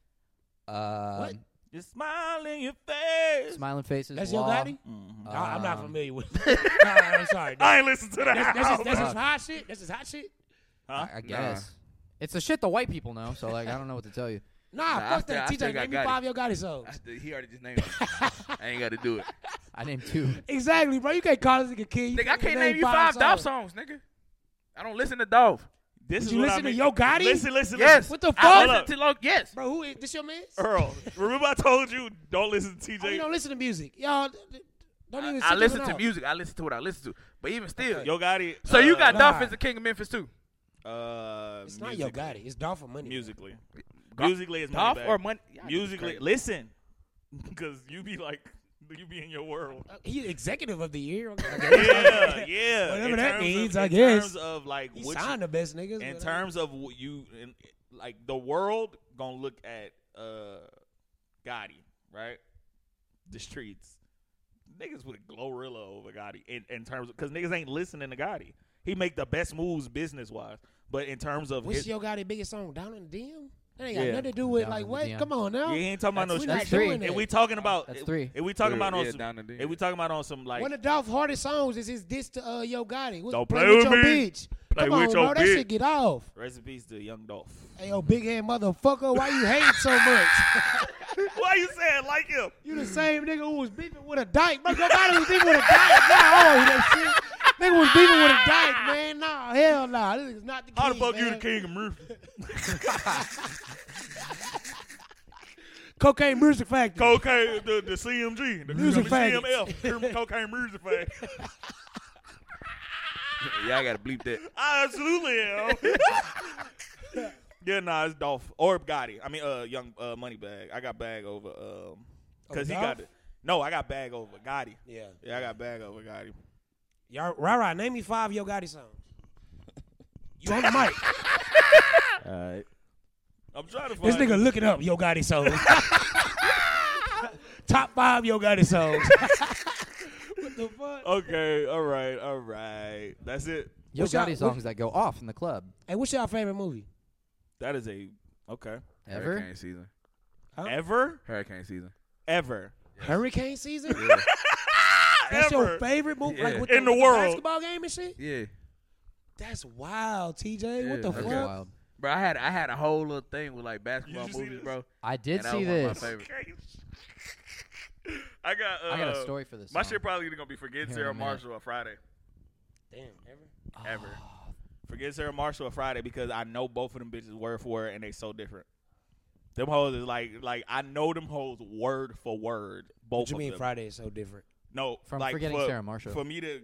S8: Uh,
S1: What?
S3: You're smiling your face.
S8: Smiling faces.
S1: That's your
S8: Law.
S1: Gotti.
S3: Mhm.
S1: I- I'm not
S8: Um,
S1: familiar with. Nah, I'm sorry.
S3: I
S1: That's,
S3: ain't listen to that.
S1: that's, his, that's his
S8: Fuck.
S1: hot shit. That's his hot shit.
S3: Huh?
S8: I, I guess. It's the shit the white people know, so like I don't know what to tell you.
S1: Nah,
S9: Nah, I
S1: fuck
S9: still- I
S1: that.
S9: still
S1: TJ,
S9: got
S1: name me
S9: Gotti.
S1: five yo Gotti songs.
S9: I- He already just named it. I ain't got to do it.
S8: I named two.
S1: Exactly, bro. You can't call this nigga king. You
S9: Nigga, I
S1: can't
S9: can't name you five Dolph songs, nigga. I don't listen to Dolph.
S3: This
S1: Did
S3: is
S1: you
S3: what
S1: listen
S3: I
S1: to
S3: mean.
S1: Yo Gotti?
S3: Listen, listen,
S9: Yes.
S1: What the
S9: I
S1: fuck?
S9: listen to Lo- yes.
S1: Bro, who is this your man?
S3: listen. Earl, remember I told you don't listen to
S1: Oh, you
S3: TJ?
S1: don't listen to music. Y'all, th- th- Don't even.
S9: I
S1: single
S9: listen
S1: it
S9: to
S1: out.
S9: music. I listen to what I listen to. But even still,
S3: Yo Gotti.
S9: so you got
S1: nah.
S9: Dolphins and King of Memphis too.
S3: Uh,
S1: It's not Yo Gotti. It's Dolphin Money.
S3: Musically,
S9: Go-
S3: musically is
S9: Dolph
S3: money
S9: or money? Y'all niggas
S3: Musically,
S9: crazy.
S3: listen, because you be like, you be in your world.
S1: Uh, He's executive of the year.
S3: yeah, yeah.
S1: Whatever
S3: In
S1: that
S3: terms
S1: means,
S3: of,
S1: I
S3: in
S1: guess.
S3: terms of like
S1: He
S3: what you-
S1: signed the best niggas.
S3: in
S1: but- uh,
S3: terms of what you, in, like the world gonna look at uh Gotti, right? The streets, niggas with Glorilla over Gotti in, in terms because niggas ain't listening to Gotti. He make the best moves business wise, but in terms of
S1: What's
S3: his,
S1: Yo Gotti biggest song? Down in the DM. That ain't got
S3: Yeah.
S1: nothing to do with
S8: Down
S1: like
S8: in the
S1: what?
S8: DM.
S1: Come on now.
S3: you ain't talking about no
S1: we
S3: street.
S1: not
S8: That's three.
S1: doing that.
S3: If we talking about
S8: That's
S3: if-
S8: three.
S3: If we talking about on
S9: yeah,
S3: some,
S9: down in the
S3: if we talking about on some like
S1: One of Dolph's hardest songs is his diss to uh, Yo Gotti. What's,
S3: Don't
S1: play,
S3: play
S1: with
S3: with
S1: your
S3: me.
S1: bitch.
S3: Play
S1: Come on,
S3: with
S1: bro.
S3: your
S1: That
S3: bitch.
S1: shit get off.
S3: recipes to Young Dolph.
S1: Hey, yo, big head motherfucker, why you hate so much?
S3: Why you saying like him?
S1: you the same nigga who was beefing with a dyke. Bro, your body was beefing with a dyke. Nah, I don't hear that shit. Nigga was beefing with a dyke, man. Nah, hell nah. This is not the king,
S3: How the fuck you the
S1: man.
S3: king of Murphy?
S1: Cocaine Music Factory.
S3: Cocaine, the, the CMG, the,
S1: Music
S3: the
S1: faggots.
S3: CMF, Crim- cocaine music fag.
S9: Y'all gotta bleep that.
S3: I absolutely am. yeah, nah, it's Dolph or Gotti. I mean, uh, young uh, money bag. I got bag over um, cause he
S1: Over Oh, Dolph?
S3: got it. No, I got bag over Gotti.
S1: yeah.
S3: Yeah, I got bag over Gotti.
S1: Y'all, right, right. Name me five Yo Gotti songs. You on the mic.
S8: All right.
S3: I'm trying to find
S1: This nigga looking up Yo Gotti songs. Top five Yo Gotti songs. Uh, what the fuck?
S3: Okay, all right, all right. That's it.
S8: Yo
S1: What's y'all-
S8: Gotti
S1: what-
S8: songs that go off in the club.
S1: Hey, what's your favorite movie?
S3: That is a okay.
S8: Ever?
S9: Hurricane season.
S3: Ever,
S9: Hurricane season.
S3: ever.
S1: Hurricane season? That's
S3: Ever.
S1: your favorite movie? Like
S9: Yeah.
S1: with
S3: In the
S1: with
S3: world.
S1: basketball game and shit?
S9: Yeah,
S1: That's wild, TJ. what
S9: Yeah,
S1: the
S9: that's
S8: That's
S1: fuck?
S8: wild.
S9: bro. I had I had a whole little thing with like basketball
S3: You see
S9: movies,
S3: this?
S9: bro.
S8: I did
S9: and that
S8: see
S9: was one
S8: this.
S9: of my favorite.
S3: I got. Uh,
S8: I got a story for this.
S3: My
S8: song.
S3: shit probably either gonna be forget
S8: Here in a
S3: Sarah
S8: minute.
S3: Marshall or Friday.
S1: Damn, ever?
S8: Oh.
S3: Ever. Forget Sarah Marshall or Friday because I know both of them bitches word for word and they so different. Them hoes is like like I know them hoes word for word. Both
S1: What you
S3: of
S1: mean
S3: them.
S1: Friday is so different?
S3: No,
S8: From
S3: like
S8: Forgetting
S3: for,
S8: Sarah Marshall.
S3: For me to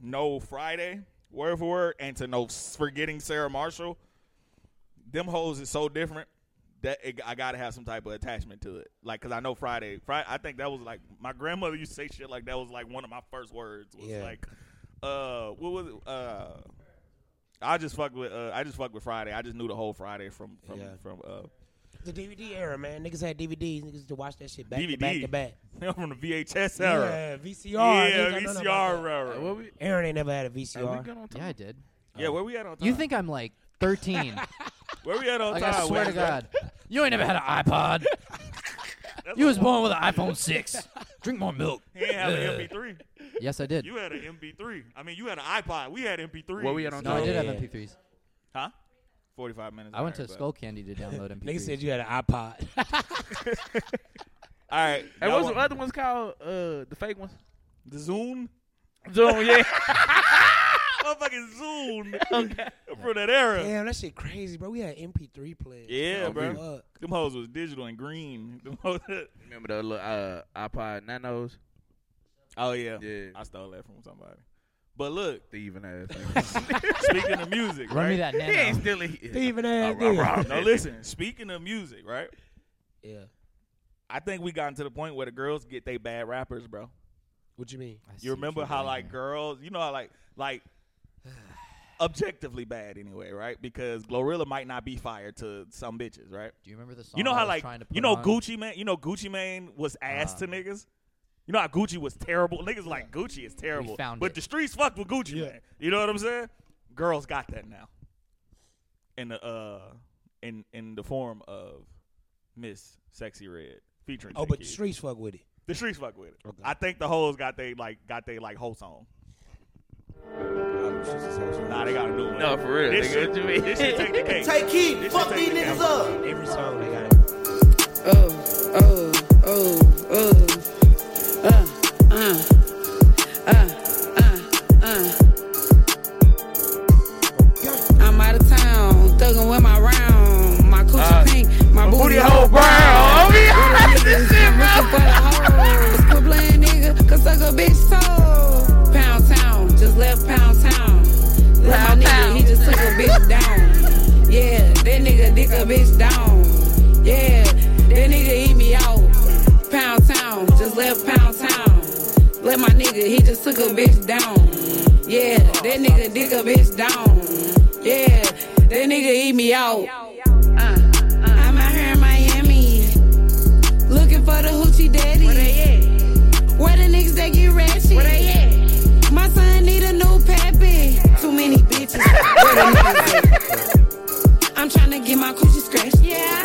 S3: know Friday word for word and to know s- forgetting Sarah Marshall, them hoes is so different that it, I gotta have some type of attachment to it. Like, cause I know Friday. Friday, I think that was like my grandmother used to say shit like that was like one of my first words was
S1: Yeah.
S3: like, uh, what was it? Uh, I just fuck with uh, I just fuck with Friday. I just knew the whole Friday from from
S1: Yeah.
S3: from uh
S1: The DVD era, man. Niggas had DVDs. Niggas used to watch that shit back to back
S3: DVD.
S1: to back.
S3: from the VHS era.
S1: Yeah, VCR.
S3: Yeah,
S1: Niggas don't know nothing about
S3: VCR
S1: that.
S3: era.
S9: What we?
S1: Aaron ain't never had a
S9: Are
S1: VCR.
S9: we good on time?
S8: Yeah, I did.
S3: yeah, where we at on time?
S8: You think I'm like 13?
S3: where we at on
S8: like
S3: time?
S8: I swear to
S3: Wednesday?
S8: God, you ain't never had an iPod. you was born with an iPhone six. Drink more milk.
S3: He ain't have an MP3.
S8: Yes, I did.
S3: You had an MP3. I mean, you had an iPod. We had MP3.
S9: What we had on
S8: No, I did have
S1: Yeah.
S8: MP3s.
S3: Huh? 45 minutes.
S8: I went to
S3: Alright,
S8: Skull Candy to download MP3s.
S1: Nigga said you had an iPod.
S3: but- All right.
S9: Hey,
S3: y'all
S9: what's the
S3: want-
S9: other ones called? Uh, the fake ones.
S3: The Zoom?
S9: Zoom. Yeah.
S3: Motherfucking Zoom. From that era.
S1: Damn, that shit crazy, bro. We had MP3 players.
S3: Yeah,
S1: What the
S3: bro.
S1: fuck?
S3: Them hoes was digital and green. Them hoes-
S9: Remember the little uh, iPod Nanos?
S3: oh, yeah.
S9: Yeah.
S3: I stole that from somebody. But look,
S9: Thieving ass.
S3: speaking of music,
S8: Run
S3: right?
S8: me that
S9: he ain't
S8: nano.
S9: still here.
S1: Thieving ass
S9: Rah, rah,
S1: nigga.
S9: rah.
S3: No, listen. Speaking of music, right?
S1: Yeah.
S3: I think we gotten to the point where the girls get they bad rappers, bro.
S1: What you mean?
S8: I see
S3: You
S8: what
S3: remember
S8: you're
S3: how
S8: doing
S3: like
S8: here.
S3: girls, you know how like like objectively bad anyway, right? Because Glorilla might not be fired to some bitches, right?
S8: Do you remember the song?
S3: You know
S8: I
S3: how
S8: was
S3: like
S8: trying to
S3: you
S8: put
S3: know
S8: on?
S3: Gucci man, you know Gucci Mane was ass to
S8: Ah.
S3: niggas. You know how Gucci was terrible. Niggas like Gucci is terrible,
S8: found
S3: but
S8: it.
S3: the streets fucked with Gucci
S1: Yeah.
S3: Mane. You know what I'm saying? Girls got that now. In the uh, in in the form of Miss Sexy Red featuring.
S1: Oh, but the
S3: Takeez.
S1: streets fuck with it.
S3: The streets fuck with it.
S1: Okay.
S3: I think the hoes got they like got they like whole song. Nah, they got a new one.
S9: No, for real.
S3: This
S9: nigga.
S3: shit,
S9: What you mean?
S3: this shit take the cake.
S5: key,
S3: This shit take the cake.
S5: up.
S1: Every song they got it.
S11: oh, oh, oh, oh. Uh, uh, uh, uh, uh. I'm out of town, thuggin' with my round. My coochie pink, my booty hole brown. Looking for the hoes, quit playing nigga, cause suck a bitch took a bitch down. Yeah, that nigga dick a bitch down. Yeah, that nigga eat me out. Uh, I'm out here in Miami, looking for the hoochie daddy. Where the niggas that get ratchet? Where they at? My son need a new pappy. Too many bitches. Where the niggas at? I'm trying to get my coochie scratched. Yeah.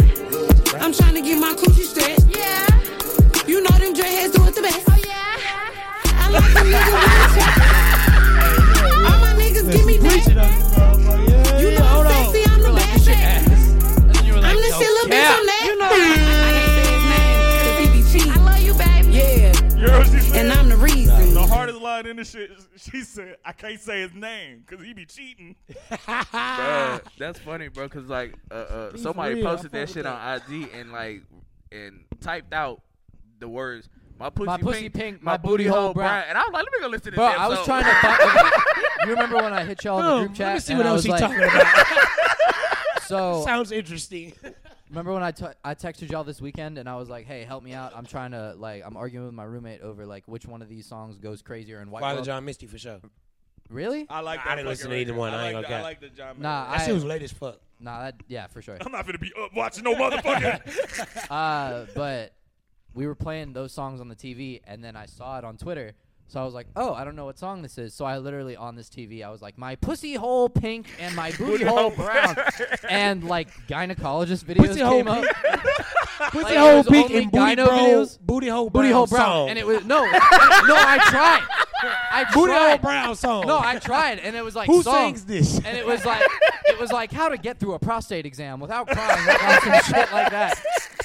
S11: I'm trying to get my coochie stretched. Yeah. You know them dreadheads do it the best. Oh yeah. I like them niggas with a check. All my niggas give me that. You know I'm sexy, I'm the best. I'm the silly bitch, I'm that. You know. I can't say his name 'cause he be cheating. I love you, baby. Yeah.
S3: You know what she said?
S11: And I'm the reason.
S3: The hardest line in this shit, is- she said, I can't say his name because he be cheating.
S9: Bruh, that's funny, bro. Cause like uh, uh, somebody
S1: real, I
S9: posted that
S1: fuck
S9: shit
S1: with
S9: on IG and like and typed out the words my pussy,
S8: pussy
S9: pink,
S8: pink, my booty hole brown."
S9: And I was like, let me go listen to
S8: Bro,
S9: this.
S8: I was
S9: episode.
S8: trying to find. okay, you remember when I hit y'all in the
S1: Let
S8: group
S1: me
S8: chat?
S1: see
S8: and
S1: what
S8: I
S1: else
S8: was
S1: she
S8: like,
S1: talking about.
S8: So
S1: Sounds interesting.
S8: remember when I t- I texted y'all this weekend and I was like, hey, help me out. I'm trying to like I'm arguing with my roommate over like which one of these songs goes crazier in White.
S1: Father
S8: Wolf.
S1: John Misty for sure.
S8: Really?
S3: I like
S1: Nah,
S3: that.
S1: I didn't
S3: fucking
S1: listen to
S3: record.
S1: either one, I
S3: I
S1: ain't
S3: like, the,
S1: gonna
S3: I
S1: cat.
S3: like the John
S8: Nah,
S3: Mayer.
S1: That shit was
S8: I
S1: late as fuck.
S8: nah that yeah for sure.
S3: I'm not finna be up watching no motherfucker.
S8: Uh, but we were playing those songs on the TV, and then I saw it on Twitter. So I was like, "Oh, I don't know what song this is." So I literally on this TV, I was like, "My pussy hole pink and my booty hole brown," and like gynecologist videos
S1: Pussy hole
S8: came up.
S1: Put
S8: Like,
S1: the
S8: it
S1: whole
S8: was
S1: peak
S8: only
S1: and booty
S8: gyno
S1: bro,
S8: videos.
S1: booty hole brown
S8: booty hole brown,
S1: song.
S8: and it was no, no, I tried, I tried.
S1: booty hole brown song.
S8: No, I tried, and it was like
S1: Who
S8: song,
S1: sings this?
S8: And it was like it was like how to get through a prostate exam without crying, or some shit like that.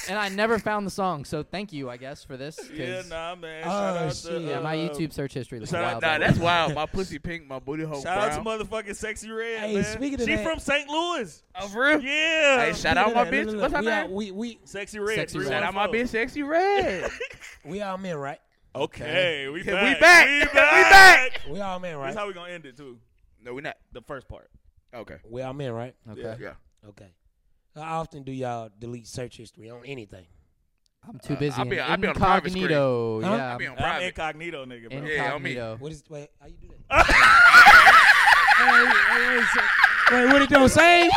S8: And I never found the song, so thank you, I guess, for this. 'cause-
S3: yeah, nah, man.
S1: Oh,
S3: shout out
S1: shit.
S3: to,
S8: yeah, my
S9: um,
S3: uh,
S8: YouTube search history looks
S3: shout out-
S8: wild.
S9: Nah,
S8: by the
S9: that's
S8: way.
S9: wild. My pussy pink, my booty hole
S3: Shout
S9: brown.
S3: out to motherfucking Sexy Red,
S1: Hey,
S3: man.
S1: speaking of
S3: she
S1: that-
S3: from St. Louis.
S9: Oh, for real?
S3: Yeah.
S9: Hey, shout out my bitch. What's her
S1: we Out,
S9: name?
S1: we we
S3: Sexy Red.
S8: Sexy Red.
S9: Shout out my
S3: 314.
S9: bitch, sexy red.
S1: we all men, right?
S3: Okay, we
S9: Yeah,
S3: back.
S9: we back.
S3: We
S9: We
S3: back.
S9: back.
S1: We all men,
S3: That's how
S1: right?
S3: we gonna end it too.
S9: no, we not.
S3: The first part.
S9: Okay.
S1: We all men, right?
S8: Okay,
S9: Yeah.
S1: Okay. How often do y'all delete search history on anything?
S8: I'm too busy.
S9: I'll be-
S8: and
S9: I'll be on the private screen.
S8: incognito.
S1: Huh?
S8: Yeah,
S9: I'll be
S8: I'm
S9: on
S3: I'm
S9: private.
S3: incognito, nigga. Bro.
S9: Yeah, on me.
S8: incognito.
S1: What is wait? How you do that? Hey, hey, hey, say- wait, what it don't say?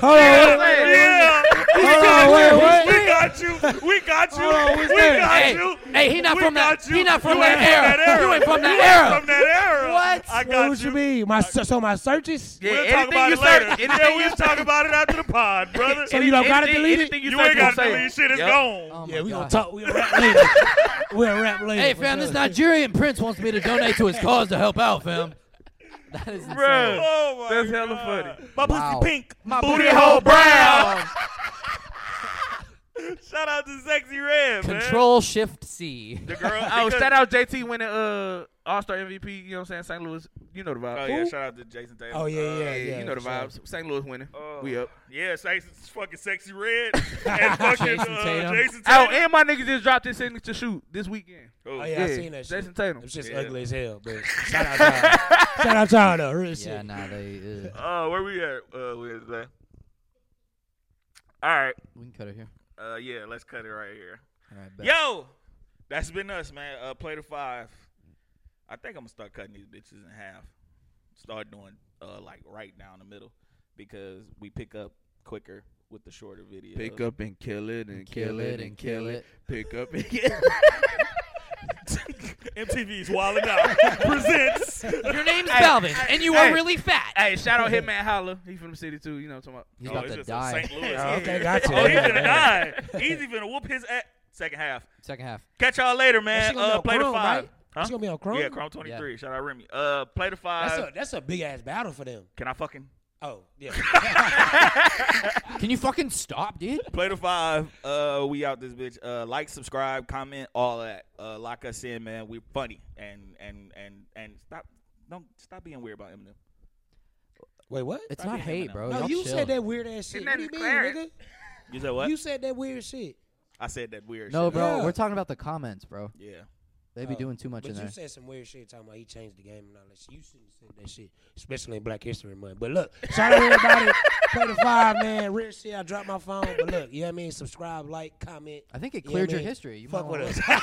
S1: Hold on, wait,
S3: Yeah,
S1: hold on, wait, wait.
S3: we got you. We got you.
S1: on,
S3: we
S1: what's that?
S3: got
S8: Hey,
S3: you.
S8: hey, he not
S3: we
S8: from that-
S3: got you.
S8: he not from
S3: You
S8: that
S3: ain't
S8: era. You ain't from that era.
S3: From that era.
S8: What?
S3: I
S1: Wait,
S3: got
S1: what
S3: you.
S1: you mean? My so so my searches?
S9: Yeah,
S3: We'll talk
S9: anything
S3: about
S9: you
S3: it later.
S9: search,
S3: yeah,
S9: anything
S3: we'll
S9: you
S3: talk about it after the pod, brother.
S1: So you don't gotta
S9: anything-
S1: delete it?
S9: anything you,
S3: you
S9: search,
S3: ain't got to
S9: we'll say.
S3: delete shit. It's
S9: Yep.
S3: gone.
S8: Oh my
S1: Yeah, we gonna
S8: God.
S1: talk. We'll rap later. we'll rap later.
S8: Hey
S1: for
S8: fam,
S1: sure.
S8: this Nigerian prince wants me to donate to his cause to help out, fam. That is insane.
S9: Bruh.
S3: Oh my
S9: That's
S3: God.
S9: hella funny.
S3: My
S8: Wow.
S3: pussy pink.
S8: My
S3: booty hole brown.
S8: brown.
S3: Shout out to Sexy Red, man.
S8: Control Shift C.
S3: The girl.
S9: Oh,
S3: because-
S9: shout out JT winning uh All Star MVP. You know what I'm saying? St. Louis. You know the vibe.
S3: Oh yeah, shout out to Jason Taylor.
S1: Oh yeah,
S3: Uh,
S1: yeah, yeah.
S9: you know the
S1: sure.
S9: vibes. St. Louis winning.
S3: Oh.
S9: we up.
S3: Yeah, Jason, fucking sexy red and fucking
S8: Jason
S3: uh,
S8: Tatum.
S3: Jason
S9: Oh,
S3: Tatum.
S9: and my niggas just dropped his signature shoot this weekend.
S1: Oh yeah, I
S9: Yeah,
S1: seen that shit.
S9: Jason Tatum.
S1: It's just
S9: Yeah.
S1: ugly as hell, but shout out to y'all. Shout out to y'all though. Real
S8: Yeah,
S1: shit.
S8: nah, they. Uh,
S3: Oh, where we at? Uh, we at today. All right.
S8: we can cut it here.
S3: Uh, yeah, let's cut it right here.
S8: All right, bet.
S3: Yo, that's been us, man. Uh, play the five. I think I'm gonna start cutting these bitches in half. Start doing uh like right down the middle because we pick up quicker with the shorter videos.
S9: Pick up and kill it and kill it and kill it. Pick up and
S3: MTV's Wildin' Out presents.
S8: Your name's Calvin, and you are
S9: hey.
S8: really fat.
S9: Hey, shout out Hitman Holla. He from the city too. You know what I'm talking
S8: He's
S3: Oh,
S8: about
S3: it's
S8: to
S3: just a
S8: die.
S3: St. Louis.
S1: Okay, gotcha.
S3: Oh, he's gonna die. He's gonna whoop his ass. Second half.
S8: Second half.
S3: Catch y'all later,
S1: She
S3: man.
S1: gonna be
S3: Uh,
S1: on
S3: play the
S1: Chrome,
S3: five.
S1: right? She gonna be on Chrome?
S3: Yeah, Chrome 23. Shout out Remy. Uh, play the five.
S1: That's a that's a big ass battle for them.
S3: Can I fucking
S1: Oh yeah.
S8: Can you fucking stop, dude?
S3: play the five? Uh, we out this bitch. Uh, like, subscribe, comment, all that. Uh, lock us in, man. We're funny and and and and stop. Don't stop being weird about Eminem.
S1: Wait, what?
S8: It's not hate, bro.
S1: No,
S8: Y'all
S1: you
S8: chill.
S1: said that weird ass shit. What do you mean, nigga?
S3: You said what?
S1: You said that weird shit.
S3: I said that weird.
S8: No,
S3: shit.
S8: bro.
S1: Yeah.
S8: We're talking about the comments, bro.
S3: Yeah.
S8: They be
S1: Oh,
S8: doing too much
S1: But
S8: in
S1: you
S8: there.
S1: said some weird shit talking about he changed the game and all that shit. You shouldn't have said that shit, especially in Black History Month. But look, shout out everybody. Play the five, man. Real shit. I dropped my phone, but look, you know what I mean. Subscribe, like, comment.
S8: I think it
S1: You know what I
S8: cleared your
S1: mean?
S8: history. You might
S1: Fuck with
S8: wanna-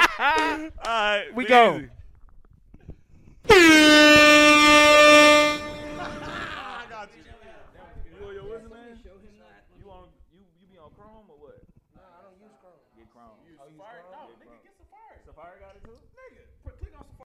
S1: us.
S3: all right.
S9: We
S3: be
S9: go.
S3: easy. on Chrome or what?
S1: No, I don't use Chrome.
S3: Get Chrome.
S1: Safari? No,
S3: nigga, get Safari. Safari got it too? Nigga,